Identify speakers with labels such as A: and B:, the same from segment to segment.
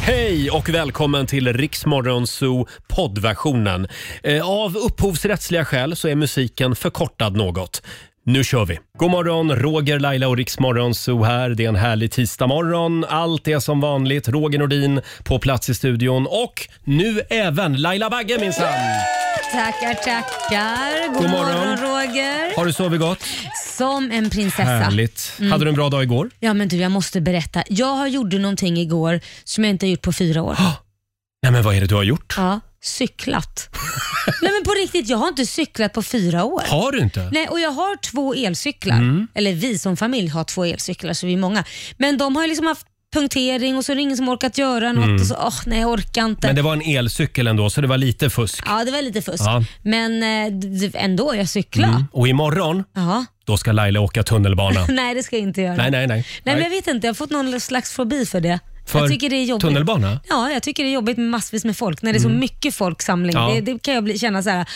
A: Hej och välkommen till Riksmorgon Zoo poddversionen. Eh, Av upphovsrättsliga skäl så är musiken förkortad något. Nu kör vi! God morgon, Roger, Laila och Riksmorgon Zoo här. Det är en härlig tisdagmorgon. Allt är som vanligt. Roger Nordin på plats i studion och nu även Laila Bagge minsann!
B: Tackar, tackar. God,
A: God morgon.
B: morgon. Roger.
A: Har du sovit gott?
B: Som en prinsessa.
A: Härligt. Hade du en bra dag igår?
B: Ja men du, jag måste berätta. Jag har gjorde någonting igår som jag inte har gjort på fyra år.
A: Nej men vad är det du har gjort?
B: Ja, cyklat. Nej men på riktigt, jag har inte cyklat på fyra år.
A: Har du inte?
B: Nej, och jag har två elcyklar.
A: Mm.
B: Eller vi som familj har två elcyklar, så vi är många. Men de har ju liksom haft punktering och så är det ingen som orkat göra något. Och så, åh, nej, jag orkar inte.
A: Mm. Men det var en elcykel ändå så det var lite fusk.
B: Ja, det var lite fusk.
A: Ja. Mm.
B: Men eh, d- d- ändå, jag cyklar.
A: Och imorgon,
B: Ja.
A: då ska Laila åka tunnelbana.
B: Nej, det ska jag inte göra.
A: Nej, nej, nej.
B: Nej, men jag vet inte. Jag har fått någon slags fobi för det.
A: För
B: jag tycker det är jobbigt.
A: tunnelbana? Mm.
B: Ja, jag tycker det är jobbigt med massvis med folk. När det är så mycket folksamling.
A: Ja.
B: Det, det kan jag bli, känna så här: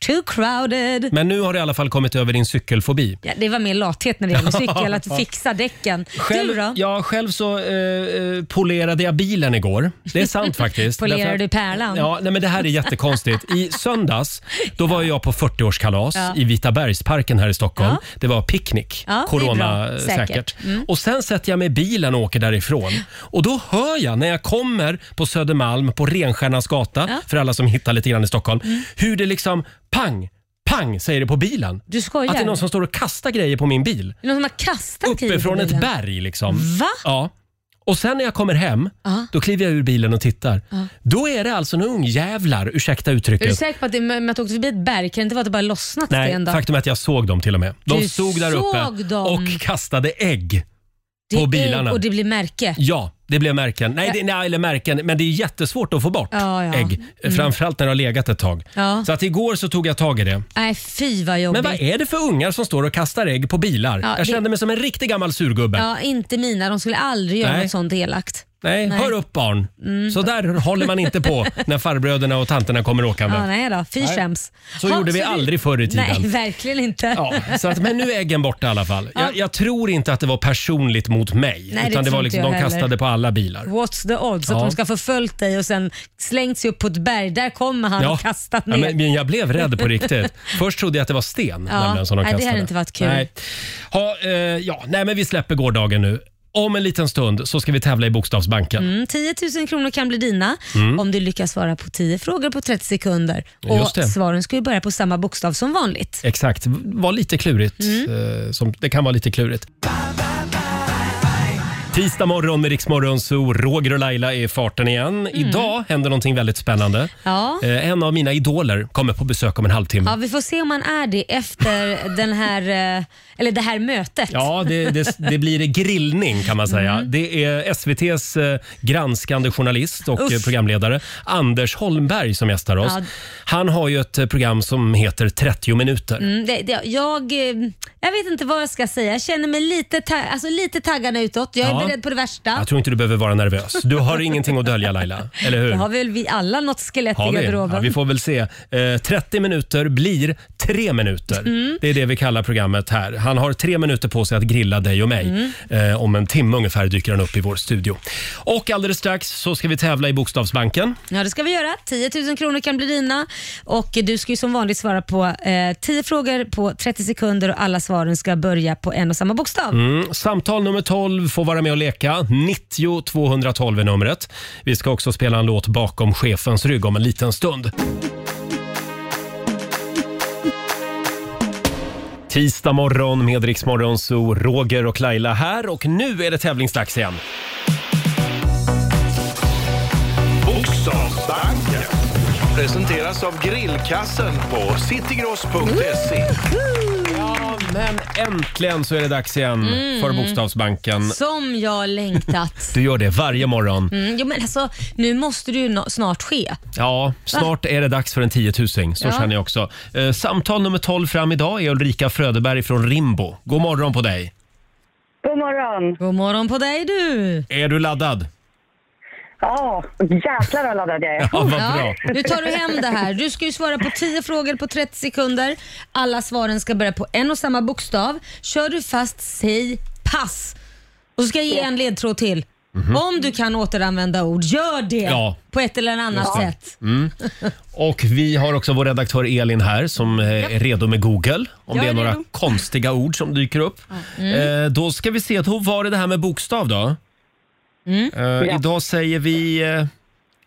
B: too crowded.
A: Men nu har du i alla fall kommit över din cykelfobi.
B: Ja, det var mer lathet när det gäller cykel, att fixa däcken.
A: Själv,
B: du då?
A: Ja, själv så eh, eh, polerade jag bilen igår. Det är sant faktiskt.
B: Polerade
A: Därför att-
B: du pärlan?
A: Ja, nej, men det här är jättekonstigt. I söndags då var jag på 40-årskalas
B: Ja.
A: i Vita Bergsparken här i Stockholm.
B: Ja.
A: Det var picknick,
B: Ja, det är bra.
A: corona-säkert.
B: Säkert. Mm.
A: Och sen sätter jag mig i bilen och åker därifrån. Och då hör jag när jag kommer på Södermalm, på Renstjärnans gata,
B: Ja. Mm.
A: för alla som hittar lite grann i Stockholm, hur det liksom pang, pang säger det på bilen.
B: Du skojar?
A: Att det är någon som står och kastar grejer på min bil.
B: Någon som har kastat grejer på
A: Uppifrån ett
B: bilen?
A: berg liksom.
B: Va?
A: Ja. Och sen när jag kommer hem,
B: Ja.
A: då kliver jag ur bilen och tittar. Då är det alltså några ungjävlar, ursäkta uttrycket.
B: Är du säker på att, det, med att du åkte förbi ett berg? Kan det inte vara att det bara lossnat
A: Nej,
B: sten då?
A: faktum är att jag såg dem till och med. De
B: Du
A: stod där
B: såg
A: uppe
B: dem?
A: och kastade ägg.
B: Det är
A: på bilarna.
B: ägg Och det blir märke.
A: Ja, det blev märken. Nej, det, nej, eller märken, men det är jättesvårt att få bort
B: Ja, ja.
A: ägg. Framförallt när det har legat ett tag.
B: Ja.
A: Så att igår så tog jag tag i det.
B: Nej, fy vad jobbigt.
A: Men vad är det för ungar som står och kastar ägg på bilar?
B: Ja,
A: jag
B: det-
A: kände mig som en riktig gammal surgubbe.
B: Ja, inte mina. De skulle aldrig göra
A: Nej.
B: något sånt elakt.
A: Nej,
B: Nej. Mm.
A: hör upp barn. Så där håller man inte på när farbröderna och tanterna kommer åkande.
B: Ja, nej då, fy
A: Nej.
B: skäms.
A: Så gjorde vi
B: det-
A: aldrig förr i tiden.
B: Nej, verkligen inte.
A: Ja, så att, men nu är äggen borta i alla fall.
B: Ja.
A: Jag, jag tror inte att det var personligt mot mig.
B: Nej, det
A: utan det var
B: tror inte
A: liksom,
B: jag
A: de
B: heller.
A: kastade på alla bilar.
B: What's the odds
A: Ja.
B: att de ska ha förföljt dig och sen slängt sig upp på ett berg. Där kommer han och kastat
A: Ja,
B: ner.
A: men, men jag blev rädd på riktigt. Först trodde jag att det var sten
B: Ja.
A: nämligen, som de
B: Nej, det
A: kastade.
B: hade inte varit kul.
A: Nej. Ha, eh, ja, nej, men vi släpper gårdagen nu. Om en liten stund så ska vi tävla i Bokstavsbanken.
B: Mm, 10 000 kronor kan bli dina om du lyckas svara på 10 frågor på 30 sekunder.
A: Mm. Just det.
B: Och Svaren ska ju börja på samma bokstav som vanligt.
A: Exakt. V- Var lite klurigt.
B: Mm.
A: Eh, som, det kan vara lite klurigt. Tisdag morgon med Riksmorgon så Roger och Laila är i farten igen. Idag händer någonting väldigt spännande.
B: Mm. Ja.
A: Eh, en av mina idoler kommer på besök om en halvtimme.
B: Ja, vi får se om man är det efter den här, eh, eller det här mötet.
A: Ja, det, det, det blir grillning kan man säga.
B: Mm.
A: Det är SVTs eh, granskande journalist och
B: Uff.
A: eh, programledare Anders Holmberg som gästar oss.
B: Ja.
A: Han har ju ett eh, program som heter 30 minuter.
B: Mm, det, det, jag, eh, jag vet inte vad jag ska säga. Jag känner mig lite, ta- alltså lite taggad utåt. Jag är
A: Ja.
B: beredd på det värsta.
A: Jag tror inte du behöver vara nervös. Du har ingenting att dölja Laila, eller hur?
B: Det har väl vi alla något skelett
A: Mm. Har
B: i
A: vi?
B: garderoben?
A: Ja, vi får väl se. Eh, 30 minuter blir 3 minuter.
B: Mm.
A: Det är det vi kallar programmet här. Han har 3 minuter på sig att grilla dig och mig.
B: Mm.
A: Eh, om en timme ungefär dyker han upp i vår studio. Och alldeles strax så ska vi tävla i Bokstavsbanken.
B: Ja, det ska vi göra. 10 000 kronor kan bli dina. Och eh, du ska ju som vanligt svara på eh, 10 frågor på 30 sekunder och alla svaren ska börja på en och samma bokstav.
A: Mm. Samtal nummer 12 får vara med och leka. 90 212 är numret. Vi ska också spela en låt bakom chefens rygg om en liten stund. Tisdag morgon med Rix Morgon Zoo, Roger och Laila här och nu är det tävlingsdags igen.
C: Bokstavsbanken presenteras av grillkassen på citygross.se.
A: Ja, men äntligen så är det dags igen för Bokstavsbanken.
B: Som jag längtat.
A: Du gör det varje morgon.
B: Mm, jo, men alltså, nu måste det ju nå- snart ske.
A: Ja, snart är det dags för en tiotusing. Så
B: Ja.
A: känner jag också. Eh, samtal nummer 12 fram idag är Ulrika Fröderberg från Rimbo. God morgon på dig.
D: God morgon.
B: God morgon på dig du!
A: Är du laddad?
D: Ja, jäklar vad laddad jag är.
A: Ja, vad bra.
B: Nu tar du hem det här. Du ska ju svara på 10 frågor på 30 sekunder. Alla svaren ska börja på en och samma bokstav. Kör du fast, säg pass. Och så ska jag ge en ledtråd till. Om du kan återanvända ord, gör det
A: Mhm. Ja.
B: på ett eller annat sätt.
A: Och vi har också vår redaktör Elin här som eh, är redo med Google
E: Jag
A: om det är
E: är
A: några
E: redo.
A: konstiga ord som dyker upp. Eh, då ska vi se, att hur var det det här med bokstav då? Eh, Idag säger vi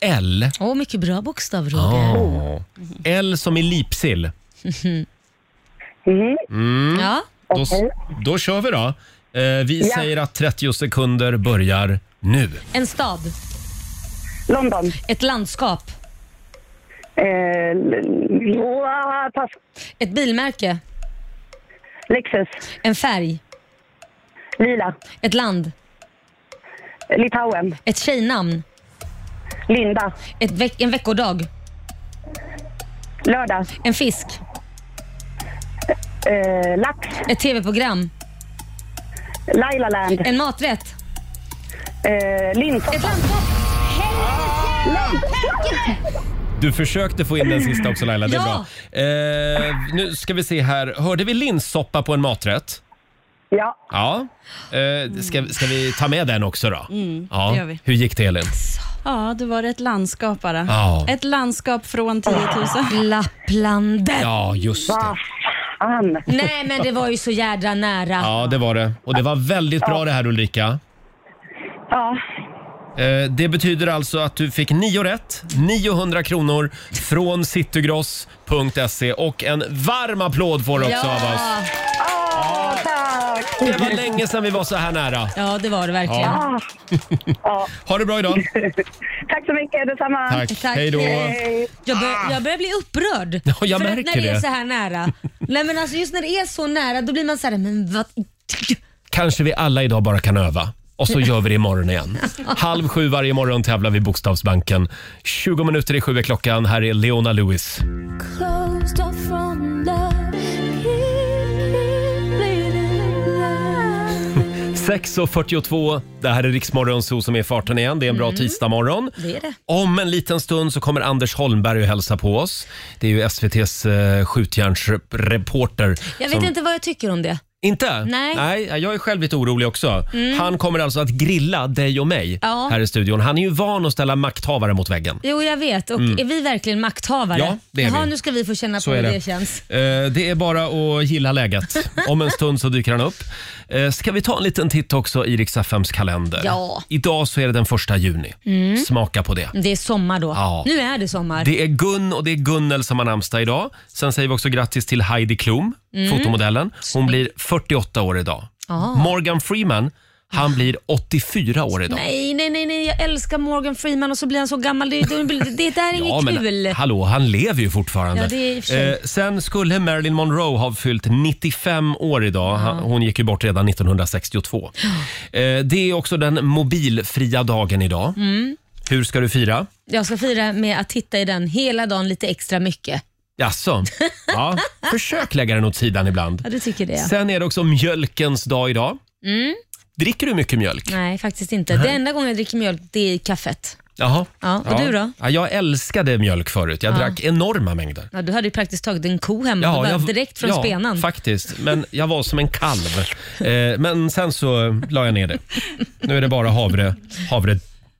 A: eh, L.
B: Åh, mycket bra bokstav Roger.
A: L som i lipsill.
D: Mm.
B: Ja.
A: Då, s- då kör vi då. Eh, vi
D: Ja.
A: säger att 30 sekunder börjar nu.
B: En stad,
D: London.
B: ett landskap,
D: Eh, l- åh, pass.
B: ett bilmärke,
D: Lexus.
B: en färg,
D: Lila.
B: ett land,
D: Litauen.
B: ett tjejnamn,
D: Linda.
B: ett veck- en veckodag,
D: Lördag.
B: en fisk,
D: Eh, lax.
B: ett tv-program,
D: Lailaland.
B: en maträtt,
D: Eh,
B: ett
D: Lindsoppa.
B: landskap.
A: Du försökte få in den sista också Laila, det är
B: Ja.
A: bra. Eh, nu ska vi se här. Hörde vi linssoppa på en maträtt?
D: Ja.
A: Ja. Eh, ska, ska vi ta med den också då? ja.
E: Mm, det gör vi.
A: Hur gick det Elin?
E: Ja, det var ett landskap bara.
A: Ja.
E: Ett landskap från 10 000.
B: Lapplandet.
A: Ja, just det.
D: Vad Ah, fan.
B: Nej men det var ju så jädra nära.
A: Ja, det var det. Och det var väldigt bra det här Ulrika.
D: Ja.
A: Eh, Det betyder alltså att du fick 9 rätt, 900 kronor från citygross.se E. och en varm applåd får du också av oss.
B: Ja.
D: Åh, Ah, tack.
A: Det var länge sedan vi var så här nära.
B: ja, det var det verkligen.
D: Ah.
A: Ja.
D: Ja.
A: Ha det bra idag.
D: Tack så mycket. Detsamma.
A: Tack.
B: Tack.
A: Hej då.
D: Hej.
B: Jag, bör, jag börjar bli upprörd.
A: Ja, jag
B: för att
A: märker
B: när det är
A: det.
B: så här nära. Nej men alltså just när det är så nära då blir man så här, men vad...
A: Kanske vi alla idag bara kan öva. Och så gör vi det imorgon igen. Halv sju varje morgon tävlar vi i Bokstavsbanken. 20 minuter i sju är klockan. Här är Leona Lewis.
F: Hej
A: 6.42, det här är Riksmorgon Zoo som är i farten igen. Det är en bra tisdagmorgon.
B: Mm. Det är det.
A: Om en liten stund så kommer Anders Holmberg och hälsa på oss. Det är ju SVTs eh, skjutjärnsreporter.
B: Jag vet
A: som-
B: inte vad jag tycker om det.
A: Inte?
B: Nej. Mm.
A: jag är själv lite orolig också. Han kommer alltså att grilla dig och mig
B: Ja.
A: här i studion. Han är ju van att ställa makthavare mot väggen.
B: Jo jag vet och är vi verkligen makthavare?
A: Mm. Ja, det är
B: Jaha,
A: vi.
B: nu ska vi få känna
A: Så
B: på hur
A: är det.
B: det känns.
A: Eh, Det är bara att gilla läget. Om en stund så dyker han upp. Eh, Ska vi ta en liten titt också i Rix FMs kalender?
B: Ja. Mm.
A: Idag så är det den första juni. Smaka på det.
B: Det är sommar då.
A: Ja.
B: Nu är det sommar.
A: Det är Gun och det är Gunnel som har namnsdag idag. Sen säger vi också grattis till Heidi Klum, fotomodellen. Hon blir 48 år idag.
B: Mm. Ah.
A: Morgan Freeman, han blir 84 år idag.
B: Nej, nej, nej, nej, jag älskar Morgan Freeman och så blir han så gammal. Det, det, det, det där är
A: Ja,
B: inget kul.
A: men hallå, han lever ju fortfarande.
B: Ja, det är i och för sig.
A: Eh, sen skulle Marilyn Monroe ha fyllt 95 år idag. Han- Hon gick ju bort redan 1962. Eh, det är också den mobilfria dagen idag.
B: Mm.
A: Hur ska du fira?
B: Jag ska fira med att titta i den hela dagen lite extra mycket.
A: Jaså? Ja, försök lägga den åt sidan ibland.
B: Ja, du tycker det? ja.
A: Sen är det också mjölkens dag idag.
B: Mm.
A: Dricker du mycket mjölk?
B: Nej, faktiskt inte. Det enda gången jag dricker mjölk det är i kaffet.
A: Jaha.
B: Ja, och du då?
A: Ja, jag älskade mjölk förut. Jag drack enorma mängder.
B: Ja, du hade ju praktiskt taget en ko hemma
A: Ja,
B: bara
A: jag-
B: direkt från
A: ja,
B: spenan.
A: faktiskt. Men jag var som en kalv. Eh, men sen så la jag ner det. Nu är det bara havre,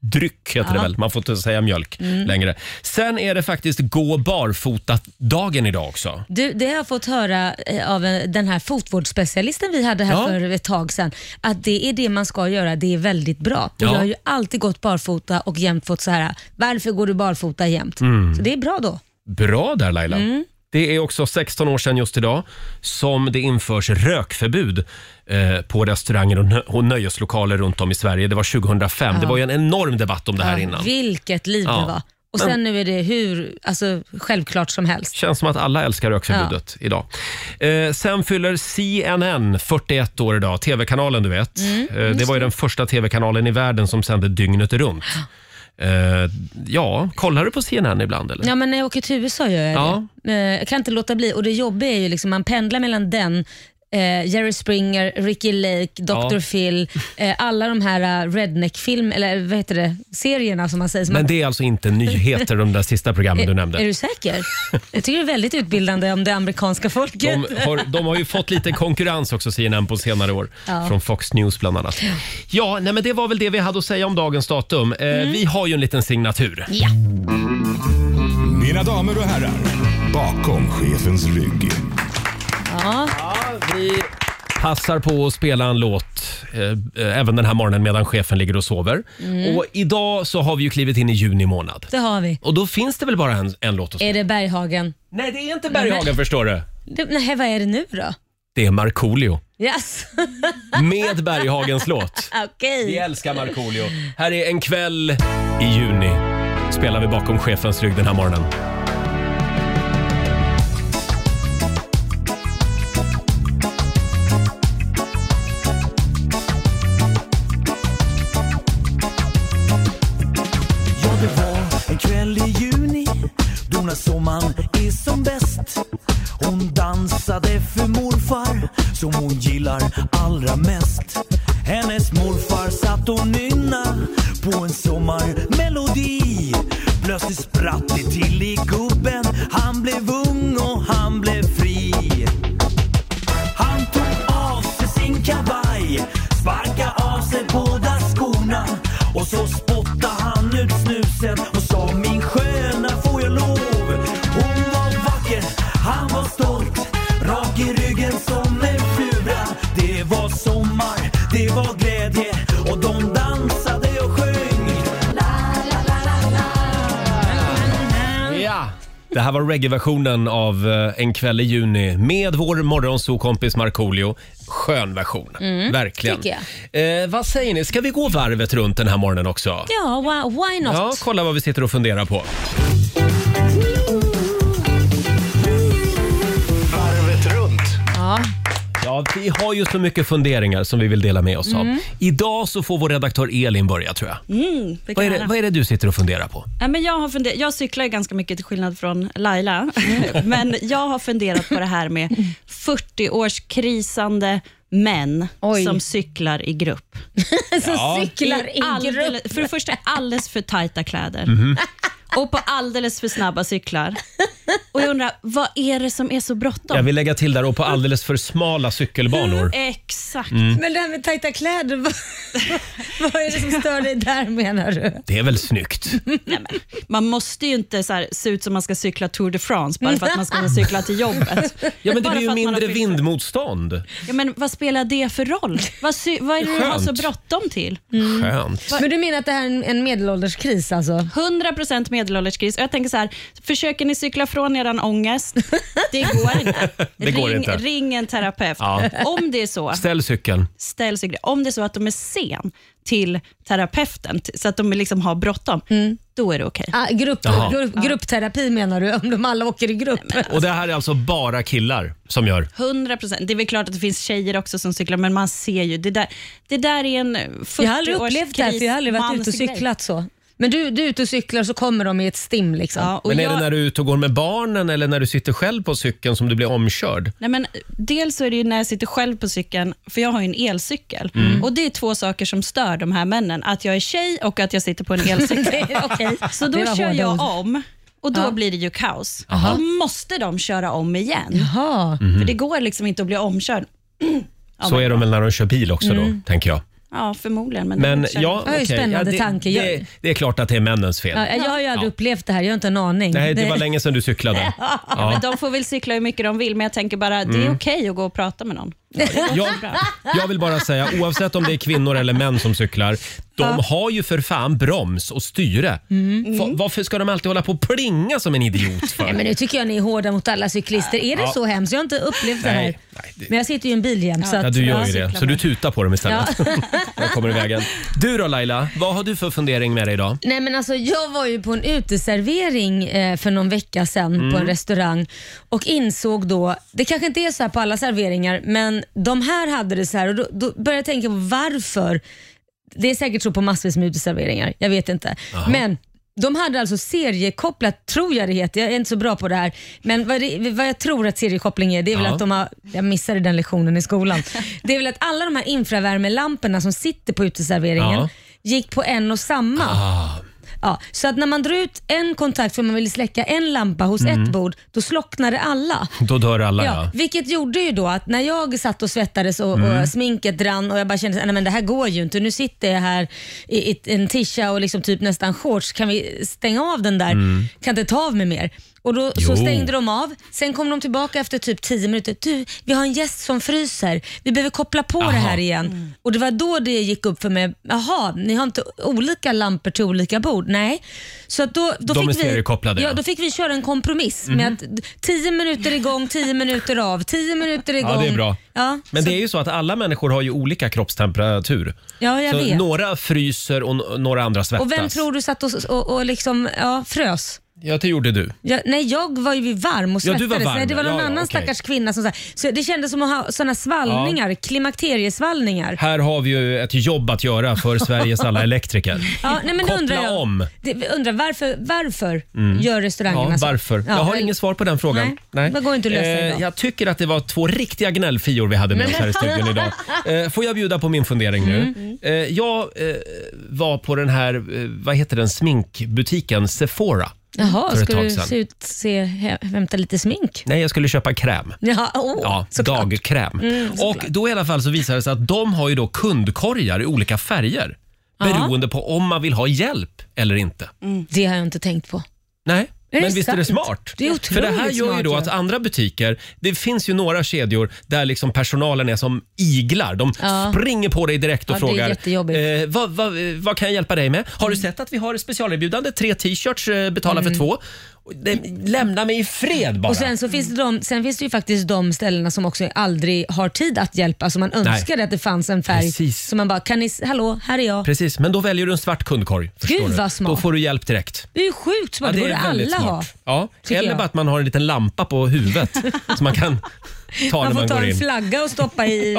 A: havredryck heter det väl. Man får inte säga mjölk
B: Mm.
A: längre. Sen är det faktiskt gå barfota-dagen idag också.
B: Du, det har jag fått höra eh, av eh, den här fotvårdsspecialisten vi hade här
A: Ja.
B: för ett tag sedan, att det är det man ska göra, det är väldigt bra. Och
A: Ja.
B: Jag har ju alltid gått barfota och jämt fått så här, varför går du barfota jämt?
A: Mm.
B: Så det är bra då.
A: Bra där Laila.
B: Mm.
A: Det är också 16 år sedan just idag som det införs rökförbud eh, på restauranger och, nö- och nöjeslokaler runt om i Sverige. Det var 2005. Det var ju en enorm debatt om det här
B: Ja,
A: innan.
B: Vilket liv
A: Ja.
B: det var. Och sen nu är det hur alltså, självklart som helst.
A: Känns som att alla älskar rökförbudet idag. Eh, sen fyller CNN 41 år idag, tv-kanalen du vet.
B: Mm,
A: eh, det var ju den första tv-kanalen i världen som sände dygnet runt. Eh, ja, kollar du på CNN ibland eller?
B: Ja, men när jag åker till USA gör jag
A: Ja.
B: det. Eh, Jag kan inte låta bli. Och det jobbiga är ju liksom man pendlar mellan den eh, Jerry Springer, Ricky Lake, Dr.
A: Ja.
B: Phil, eh, alla de här eh, redneck-film, eller vad heter det, serierna som man säger. Som
A: Men
B: man,
A: det är alltså inte nyheter de där sista programmen du
B: är
A: nämnde.
B: du säker? Jag tycker det är väldigt utbildande om det amerikanska folket.
A: De har, de har ju fått lite konkurrens också CNN på senare år.
B: Ja.
A: Från Fox News bland annat. Ja, nej, men det var väl det vi hade att säga om dagens datum. Eh,
B: Mm.
A: Vi har ju en liten signatur.
B: Ja.
F: Mina damer och herrar, bakom chefens rygg.
B: ja.
A: Vi passar på att spela en låt eh, eh, även den här morgonen medan chefen ligger och sover. Och idag så har vi ju klivit in i juni månad.
B: Det har vi.
A: Och då finns det väl bara en, en låt att spela?
B: Är det Berghagen?
A: Nej, det är inte Berghagen förstår du.
B: Det, nej, vad är det nu då?
A: Det är Markoolio
B: Yes.
A: med Berghagens låt.
B: Okej.
A: Vi älskar Markoolio. Här är En kväll i juni. Spelar vi bakom chefens rygg den här morgonen.
G: Ja, det var en kväll i juni då när sommaren är som bäst. Hon dansade för morfar som hon gillar allra mest. Hennes morfar satt och nynna på en sommarmelodi. Plötsligt spratt det till i gubben. Han blev ung och han blev fri. Han tog av sig sin kavaj, sparka av sig båda skorna och så spottade han ut snusen och sa min sköna får jag lov. Hon var vacker, han var stolt, rak i ryggen som en fura. Det var sommar, det var glädje och de dansade och sjöng.
A: Ja. Det här var reggae-versionen av eh, En kväll i juni med vår morgonsokompis Markoolio. Skön version,
E: Mm,
A: verkligen.
B: tycker
A: Eh, vad säger ni, ska vi gå varvet runt den här morgonen också?
B: Ja, why, why not?
A: Ja, kolla vad vi sitter och funderar på.
C: Varvet runt.
B: Ja.
A: Ja, vi har ju så mycket funderingar som vi vill dela med oss av. Idag så får vår redaktör Elin börja tror jag.
E: Mm, det
A: Vad
E: kan
A: är,
E: jag
A: det,
E: göra.
A: vad är det du sitter och funderar på?
E: Ja, men jag, har funder- jag cyklar ju ganska mycket till skillnad från Laila,
B: Mm.
E: men jag har funderat på det här med 40-årskrisande män
B: Oj.
E: som cyklar i grupp.
B: Så cyklar i grupp.
E: Alldeles- För det första alldeles för tajta kläder.
A: Mhm.
E: Och på alldeles för snabba cyklar. Och jag undrar, vad är det som är så
A: Jag
E: bråttom?
A: vill lägga till där och på alldeles för smala
E: Mm.
A: cykelbanor.
E: Exakt.
A: Mm.
B: Men det här med tajta kläder, vad, vad är det som stör dig där menar du?
A: Det är väl snyggt?
E: Man måste ju inte så här, se ut som man ska cykla Tour de France bara för att man ska kunna cykla till jobbet.
A: Ja, men det
E: Bara
A: blir
E: för att
A: ju
E: man har
A: mindre
E: fyllt-
A: vindmotstånd.
E: Ja, men vad spelar det för roll? Vad, sy- vad är det du har så
A: Skönt.
E: bråttom till?
A: Skönt.
B: Men du menar att det här är en- en medelålderskris alltså?
E: 100% medelålderskris. Och Jag tänker så här, försöker ni cykla från er ångest? Det går inte.
A: Det går
E: ring,
A: inte.
E: ring en terapeut.
A: Ja.
E: Om det är så,
A: Ställ cykeln.
E: ställ sig, om det är så att de är sen till terapeuten, t- så att de liksom har bråttom,
A: Mm.
E: då är det okej.
B: Ah, grupp,
A: Jaha.
B: grupp, gruppterapi menar du, om de alla åker i grupp?
A: Och det här är alltså bara killar som gör.
E: 100%. Det är väl klart att det finns tjejer också som cyklar, men man ser ju. Det där, det där är en 40
B: jag har aldrig upplevt det här för jag har aldrig varit ute och cyklat så. Men du, du är ute och cyklar så kommer de i ett stim liksom.
E: Ja, och
A: Men är
E: jag,
A: det när du är ute och går med barnen eller när du sitter själv på cykeln som du blir omkörd?
E: Nej, men dels så är det ju när jag sitter själv på cykeln, för jag har ju en elcykel.
A: Mm.
E: Och Det är två saker som stör de här männen, att jag är tjej och att jag sitter på en elcykel.
B: Okej.
E: så
B: Det
E: då
B: var
E: kör
B: hårda
E: jag
B: ord.
E: om och då
B: Ja.
E: blir det ju kaos. Då måste de köra om igen,
B: Jaha.
A: Mm. Mhm.
E: för det går liksom inte att bli omkörd. Ja,
A: Så
E: men-
A: är de väl när de kör bil också då, tänker jag.
E: Ja, förmodligen. Men,
A: Men
E: de kör-
A: ja,
B: Mm. Ja, det är
A: okej.
B: spännande
A: det,
B: tanke.
A: Det, det är klart att det är männens fel.
B: Ja, jag har ju aldrig
A: Ja.
B: upplevt det här, jag har inte en aning.
A: Nej, det var länge sedan du cyklade.
E: Ja, Mm. men de får väl cykla hur mycket de vill, men jag tänker bara, det är okej att gå och prata med någon.
A: Jag, jag vill bara säga, oavsett om det är kvinnor eller män som cyklar, de har ju för fan broms och styre. Fa- Varför ska de alltid hålla på och plinga som en idiot
B: Mm. Nej,
A: för?
B: men nu tycker jag ni är hårda mot alla cyklister. Är det
A: Ja.
B: så hemskt? Jag har inte upplevt det här.
A: Nej, nej, det-
B: Men jag sitter ju i en bil jämt. så att-
A: Ja, du gör ju
B: Ja.
A: det, så du tutar på dem istället. De kommer i vägen. Du då Laila, vad har du för fundering med dig idag?
B: Nej men alltså jag var ju på en uteservering eh, för någon vecka sedan på
A: Mm.
B: en restaurang och insåg då, det kanske inte är så här på alla serveringar, men de här hade det så här och då, då började jag tänka på varför. Det är säkert så på massvis med uteserveringar, jag vet inte. Men de hade alltså seriekopplat, tror jag det heter, jag är inte så bra på det här, men vad, det, vad jag tror att seriekoppling är, det är väl
A: Ja.
B: att de har, jag missade den lektionen i skolan, det är väl att alla de här infravärmelamporna som sitter på uteserveringen
A: Ja.
B: gick på en och samma.
A: Ah,
B: Ja, så att när man drar ut en kontakt för man vill släcka en lampa hos ett bord, då slocknade alla.
A: Då dör alla
B: Ja,
A: ja. Mm.
B: vilket gjorde ju då att när jag satt och svettades och, och sminket rann och jag bara kände att det här går ju inte. Nu sitter jag här i, i en tisha och liksom typ nästan shorts. Kan vi stänga av den där? Kan inte ta av mig mer. Och då
A: Mm. Jo.
B: så stängde de av. Sen kom de tillbaka efter typ 10 minuter. Du, vi har en gäst som fryser. Vi behöver koppla på det
A: Aha.
B: här igen. Och Det var då det gick upp för mig. Jaha, ni har inte olika lampor till olika bord? Nej. Så att då, då
A: De
B: fick
A: är
B: vi,
A: seriekopplade, ja. Mhm.
B: ja, då fick vi köra en kompromiss med att d- 10 minuter igång, 10 minuter av, 10 minuter igång.
A: Ja, det är bra.
B: Ja,
A: Men
B: så,
A: det är ju så att alla människor har ju olika kroppstemperatur.
B: ja jag
A: så alltså.
B: vet.
A: Några fryser och n- några andra svettas.
B: och vem tror du satt och, och, och liksom, ja, frös?
A: Ja, det gjorde du.
B: Jag, nej, jag var ju varm och
A: Ja, du var
B: svettades.
A: varm,
B: nej, det var någon
A: ja, ja,
B: annan
A: okej.
B: stackars kvinna som så här, så Det kändes som att ha sådana svallningar, klimakteriesvallningar.
A: Här har vi ju ett jobb att göra för Sveriges alla elektriker.
B: Ja, nej, men det
A: Koppla
B: undrar jag.
A: om. Mm.
B: Det, undrar varför, varför gör restaurangerna
A: Ja,
B: så?
A: varför? Jag har
B: eller-
A: inget svar på den frågan.
B: Nej, det går inte att lösa
A: Eh,
B: idag.
A: Jag tycker att det var två riktiga gnällfior vi hade med oss här i studion idag. Eh, Får jag bjuda på min fundering nu?
B: Mm.
A: Eh, Jag eh, var på den här, eh, vad heter den, sminkbutiken Sephora.
B: Jaha,
A: för ett
B: ska
A: tag
B: du
A: sedan.
B: se ut, se, hä- hämta lite smink?
A: Nej, jag skulle köpa kräm.
B: Ja, oh,
A: Ja,
B: såklart. Mm,
A: dagkräm. och då i alla fall så visade det sig att de har ju då kundkorgar i olika färger. Beroende på om man vill ha hjälp eller inte.
B: Det har jag inte tänkt på.
A: Nej, men
B: det
A: visst är det
B: sant?
A: smart?
B: Det är
A: För det här
B: otroligt
A: gör ju
B: smart,
A: då
B: ja.
A: att andra butiker, det finns ju några kedjor där liksom personalen är som iglar. De
B: Ja.
A: springer på dig direkt och
B: Ja, det är
A: frågar
B: jättejobbigt. Mm.
A: eh, vad, vad, eh, vad kan jag hjälpa dig med? Har du sett att vi har ett specialerbjudande? Tre t-shirts, eh, betala för två. Och det- Lämna mig i fred bara.
B: Och sen, så finns det de, sen finns det ju faktiskt de ställena som också aldrig har tid att hjälpa, så man önskar att det fanns en färg.
A: Precis.
B: Så man bara, kan ni, s- hallå, här är jag.
A: Precis, men då väljer du en svart kundkorg. förstår
B: Gud,
A: du.
B: vad smart.
A: Då får du hjälp direkt.
B: Det är ju sjukt smart,
A: Ja,
B: det,
A: det är
B: borde alla
A: väldigt
B: ha.
A: smart. Ja.
B: tycker
A: Eller
B: jag.
A: bara att man har en liten lampa på huvudet som man kan ta när
B: Man
A: man
B: får ta
A: går
B: en
A: in.
B: flagga och stoppa i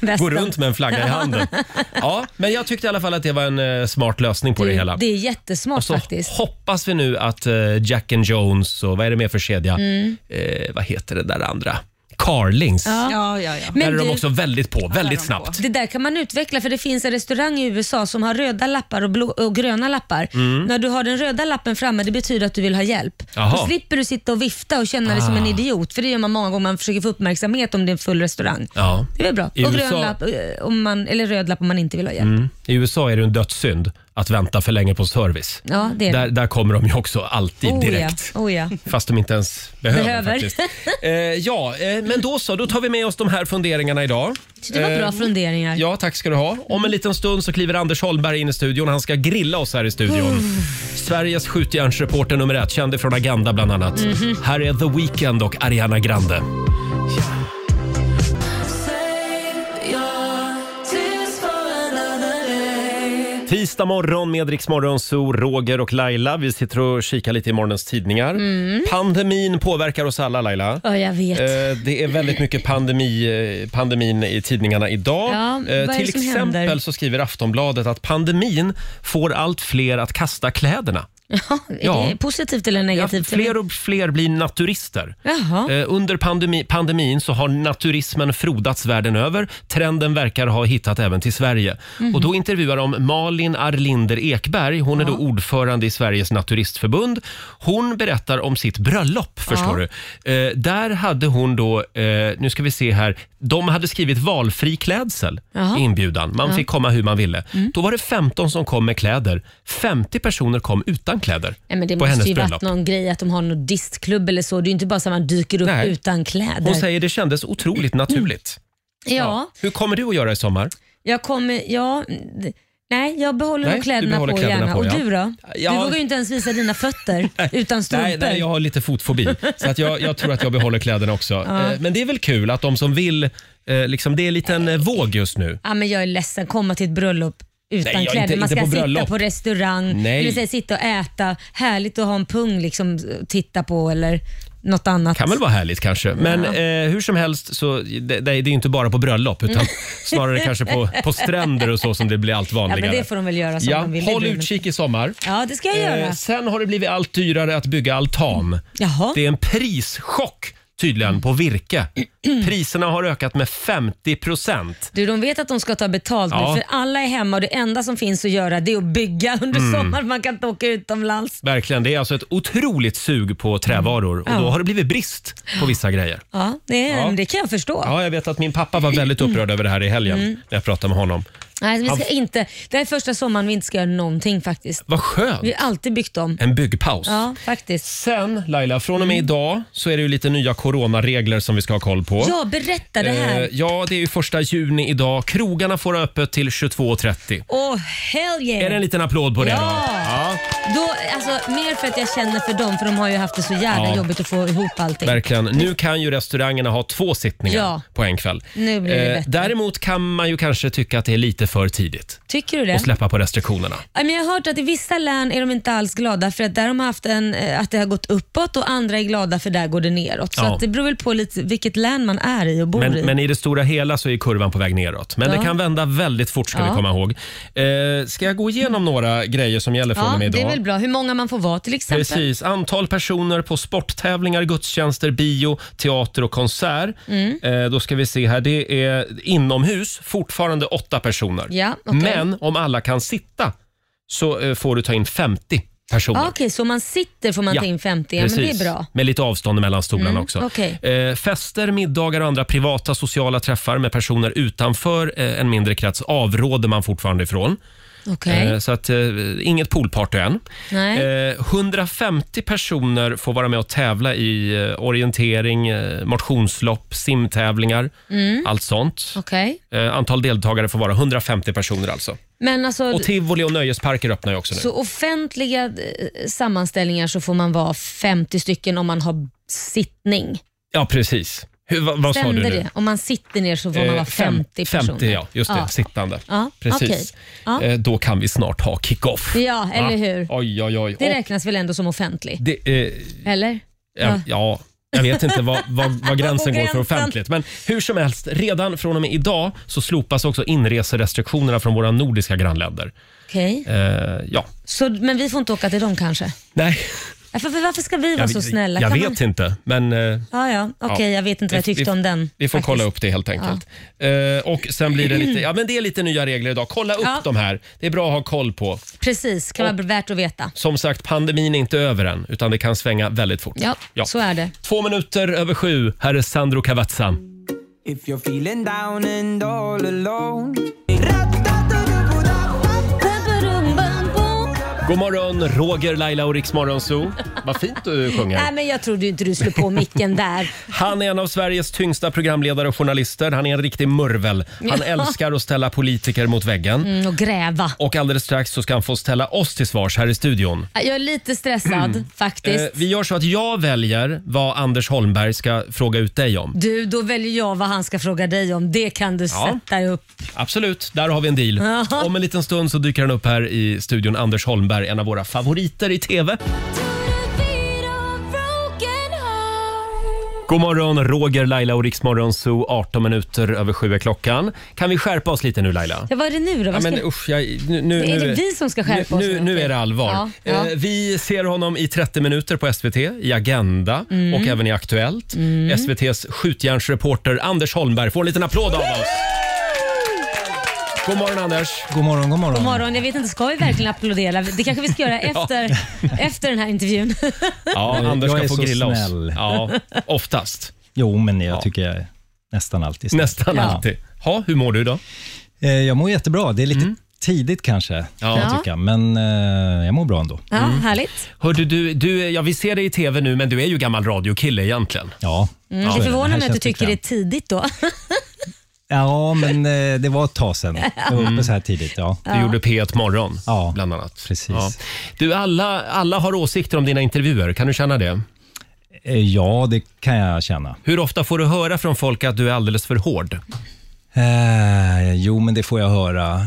B: västan.
A: Gå runt med en flagga i handen. Ja, men jag tyckte i alla fall att det var en eh, smart lösning på det hela.
B: Det är jättesmart
A: Så
B: faktiskt.
A: hoppas vi nu att eh, Jack and Jones och vad är det mer för kedja?
B: Mm.
A: Eh, vad heter det där andra? Carlings.
E: Ja, ja, ja.
A: Där
B: Men
A: är de
B: du-
A: också väldigt på, väldigt
E: de på.
A: snabbt.
B: Det där kan man utveckla för det finns en restaurang i USA som har röda lappar och, blå, och gröna lappar. När du har den röda lappen framme det betyder att du vill ha hjälp.
A: Mm. Jaha. Ah.
B: Då slipper du sitta och vifta och känna dig som en idiot. För det gör man många gånger man försöker få uppmärksamhet om det är en full restaurang.
A: Ja.
B: Det är väl bra.
A: I
B: och grön
A: USA Mm.
B: lapp, eh, om man, eller röd lapp om man inte vill ha hjälp.
A: I USA är det en dödssynd att vänta för länge på service.
B: Ja, det är det.
A: Där, där kommer de ju också alltid
B: Oh,
A: direkt.
B: Ja. Oh, ja.
A: Fast de inte ens behöver,
B: Behöver.
A: faktiskt. Eh, ja, eh, men då så. Då tar vi med oss de här funderingarna idag.
B: Så det var bra funderingar.
A: Eh, Ja, tack ska du ha. Om en liten stund så kliver Anders Holmberg in i studion. Han ska grilla oss här i studion. Sveriges skjutjärnsreporter nummer ett, känd från Agenda bland annat. Här är The Weeknd och Ariana Grande. Tisdag morgon med Rix Morgon, så Roger och Laila. Vi sitter och kikar lite i morgonens tidningar. Pandemin påverkar oss alla, Laila.
B: Ja, jag vet.
A: Eh, Det är väldigt mycket pandemi, eh, pandemin i tidningarna idag.
B: Ja,
A: Eh,
B: vad är det
A: Till
B: som
A: exempel
B: händer?
A: så skriver Aftonbladet att pandemin får allt fler att kasta kläderna.
B: Är
A: Ja.
B: det positivt eller
A: Ja,
B: negativt?
A: fler och fler blir naturister.
B: Jaha.
A: Eh, Under pandemi, pandemin så har naturismen frodats världen över. Trenden verkar ha hittat även till Sverige. Och Då intervjuar de Malin Arlinder Ekberg. Hon är då ordförande i Sveriges naturistförbund. Hon berättar om sitt bröllop, förstår du. Eh, Där hade hon då, eh, nu ska vi se här, de hade skrivit valfri klädsel
B: Jaha. Mm.
A: i inbjudan. Man fick komma hur man ville. Då var det 15 som kom med kläder. 50 personer kom utan kläder
B: Nej, men det
A: på
B: måste
A: hennes
B: ju
A: bröllop.
B: varit någon grej att de har någon distklubb eller så. Det är ju inte bara så att man dyker upp
A: Nej.
B: utan kläder.
A: Hon säger det kändes otroligt naturligt.
B: ja.
A: Hur kommer du att göra i sommar?
B: Jag kommer, ja, d- nej jag behåller
A: Nej,
B: nog
A: du
B: kläderna
A: behåller
B: på
A: kläderna
B: gärna.
A: på,
B: och
A: ja.
B: du då?
A: Ja.
B: Du vågar ju inte ens visa dina fötter utan strumpor.
A: Nej, nej, jag har lite fotfobi. Så att jag, jag tror att jag behåller kläderna också. Eh, Men det är väl kul att de som vill, eh, liksom, det är en liten eh, våg just nu.
B: Ja, men jag är ledsen, komma till ett bröllop utan
A: Nej, jag är
B: kläder.
A: inte-
B: Man
A: inte
B: ska
A: på bröllop.
B: sitta på restaurang,
A: Nej.
B: eller så här, sitta och äta. Härligt att ha en pung liksom eh, titta på eller något annat.
A: Kan väl vara härligt kanske. Men eh, hur som helst, så det, det det är ju inte bara på bröllop utan snarare kanske på, på stränder och så som det blir allt
B: ja,
A: vanligare.
B: men det får de väl göra som
A: Ja,
B: de vill. Det
A: håll
B: bryr mig inte.
A: utkik i sommar.
B: Ja, det ska jag
A: Eh,
B: göra.
A: sen har det blivit allt dyrare att bygga altan.
B: Jaha.
A: Det är en prischock tydligen på virke. Priserna har ökat med 50 procent.
B: Du, de vet att de ska ta betalt
A: Ja.
B: nu för alla är hemma och det enda som finns att göra det är att bygga under
A: Mm.
B: sommaren. Man kan inte åka utomlands.
A: Verkligen, det är alltså ett otroligt sug på trävaror och då
B: Ja.
A: har det blivit brist på vissa grejer.
B: Ja, det,
A: Ja.
B: det kan jag förstå.
A: Ja, jag vet att min pappa var väldigt upprörd över det här i helgen
B: Mm.
A: när jag pratade med honom.
B: Nej, vi
A: Ja.
B: ska inte, det här är första sommaren vi inte ska göra någonting faktiskt.
A: Vad skönt!
B: Vi har alltid byggt om.
A: En byggpaus.
B: Ja, Mm. faktiskt.
A: Sen Laila, från och med idag så är det ju lite nya coronaregler som vi ska ha koll på.
B: Ja, berätta det här.
A: Eh, ja, det är ju första juni idag. Krogarna får ha öppet till 22.30.
B: Åh, hell yeah!
A: Är det en liten applåd på det
B: Ja.
A: då?
B: Då, alltså, mer för att jag känner för dem, för de har ju haft det så jävla
A: Ja.
B: jobbigt att få ihop allting.
A: Verkligen. Nu kan ju restaurangerna ha två sittningar
B: Ja.
A: på en kväll. Eh,
B: Nu blir det bättre.
A: däremot kan man ju kanske tycka att det är lite för tidigt
B: Tycker du det?
A: att släppa på restriktionerna.
B: Ja, men jag har hört att i vissa län är de inte alls glada för att där har man haft en, eh, att det har gått uppåt och andra är glada för där går det neråt. Så
A: Ja.
B: att det beror väl på lite vilket län man är i och bor i.
A: Men, men i det stora hela så är kurvan på väg neråt. Men
B: Ja.
A: det kan vända väldigt fort ska vi
B: Ja.
A: komma ihåg. Eh, ska jag gå igenom några grejer som gäller från och
B: ja,
A: med
B: det
A: idag?
B: är väl bra. Hur många man får vara till exempel.
A: Precis. Antal personer på sporttävlingar, gudstjänster, bio, teater och konsert.
B: Mm.
A: Eh, då ska vi se här. Det är inomhus fortfarande åtta personer.
B: Ja, okej.
A: Men om alla kan sitta så eh, får du ta in 50 personer.
B: Ah, Okej, så om man sitter får man
A: Ja,
B: ta in 50. Ja, men det är
A: Precis.
B: bra.
A: Med lite avstånd mellan stolarna
B: Mm,
A: också.
B: okej.
A: Eh, fester, middagar och andra privata sociala träffar med personer utanför eh, en mindre krets avråder man fortfarande ifrån.
B: Okej.
A: Eh, Så att, eh, inget poolparty än.
B: Nej.
A: Eh, 150 personer får vara med och tävla i eh, orientering, eh, motionslopp, simtävlingar, allt sånt.
B: Mm. Okej.
A: Eh, antal deltagare får vara 150 personer alltså.
B: Men alltså,
A: Och tivoli och nöjesparker öppnar ju också nu.
B: så offentliga eh, sammanställningar så får man vara 50 stycken om man har sittning.
A: Ja, precis. Hur, vad vad sa du
B: Stämde
A: nu?
B: det? Om man sitter ner så får man
A: Eh,
B: vara
A: fem-
B: 50 personer.
A: 50, ja. Just det.
B: Ja.
A: Sittande.
B: Ja,
A: Precis.
B: okej. Ja.
A: Eh, Då kan vi snart ha kick-off.
B: Ja, eller
A: Va?
B: hur?
A: Oj, oj, oj.
B: Det
A: Och
B: räknas väl ändå som offentlig?
A: det, eh,
B: Eller?
A: ja. ja, jag vet inte vad, vad, vad gränsen går för
B: gränsen.
A: offentligt. Men hur som helst, redan från och med idag så slopas också inreserestriktionerna från våra nordiska grannländer.
B: Okej.
A: Eh, ja.
B: Så, men vi får inte åka till dem kanske?
A: Nej,
B: Ja, för- för Varför ska vi vara
A: jag,
B: så snälla?
A: jag
B: Kan
A: vet inte. Men, eh,
B: Man... Ja, ja. Okej,
A: Ja.
B: jag vet inte vad jag
A: Vi-
B: tyckte
A: vi-
B: om den.
A: Vi får
B: faktiskt.
A: kolla upp det helt enkelt. Eh, och sen blir det lite, ja men det är lite nya regler idag. Kolla upp
B: Ja.
A: de här. Det är bra att ha koll på.
B: Precis, kan vara värt att veta.
A: Som sagt, pandemin är inte över än, utan det kan svänga väldigt fort.
B: Ja, så är det.
A: Två minuter över sju. Här är Sandro Cavazza.
H: If you're feeling down and all alone
A: God morgon, Roger, Laila och Riks Morgonzoo. Vad fint du
B: Nej,
A: sjunger.
B: men jag trodde ju inte du skulle på micken där.
A: Han är en av Sveriges tyngsta programledare och journalister. Han är en riktig murvel. Han älskar att ställa politiker mot väggen.
B: Mm, och gräva.
A: Och alldeles strax så ska han få ställa oss till svars här i studion.
B: Jag är lite
I: Mm.
B: stressad
A: Eh,
B: faktiskt.
A: vi gör så att jag väljer vad Anders Holmberg ska fråga ut dig om.
B: Du, då väljer jag vad han ska fråga dig om. Det kan du
A: Ja.
B: sätta upp.
A: Absolut, där har vi en deal.
B: Jaha.
A: Om en liten stund så dyker han upp här i studion, Anders Holmberg, en av våra favoriter i TV. God morgon, Roger, Laila och Riksmorgon Zoo. 18 minuter över sju är klockan. Kan vi skärpa oss lite nu Laila?
B: Ja, vad är det nu då?
A: Ja,
B: Vad ska...
A: men usch, jag, nu, nu,
B: Är det
A: nu-
B: vi som ska skärpa
A: nu,
B: oss
A: nu,
B: nu?
A: nu är det allvar.
B: Ja, ja.
A: Eh, vi ser honom i 30 minuter på SVT, i Agenda
B: Mm.
A: och även i Aktuellt. SVTs skjutjärnsreporter Anders Holmberg får en liten applåd av oss. God morgon Anders!
H: God morgon, god morgon.
B: God morgon. Jag vet inte, ska vi verkligen applådera? Det kanske vi ska göra efter, efter den här intervjun.
A: Ja, Anders
I: jag
A: ska
I: är
A: få
I: så
A: grilla
I: snäll.
A: oss. Ja, oftast.
I: Jo, men jag tycker jag är nästan alltid snäll.
A: Nästan
B: Ja.
A: alltid. Ha, hur mår du idag?
I: Eh, Jag mår jättebra. Det är lite tidigt kanske, kan
A: Ja.
I: jag tycka. Men eh, jag mår bra ändå.
B: Ja, Härligt. Mm,
A: Hörde du, du, ja, vi ser dig i TV nu, men du är ju gammal radiokille egentligen.
I: Ja.
B: Mm,
I: så är
B: det
I: det.
B: förvånar mig
I: Här
B: att du
I: känns det
B: tycker det är
I: bekvämt.
B: tidigt då.
I: Ja, men eh, det var ett tag sedan. Jag var uppe så här tidigt. Ja.
A: Du gjorde P1 Morgon,
I: Ja,
A: bland annat.
I: precis.
A: Du, alla, alla har åsikter om dina intervjuer. Kan du känna det?
I: Eh, ja, det kan jag känna.
A: Hur ofta får du höra från folk att du är alldeles för hård?
I: Eh, jo, men det får jag höra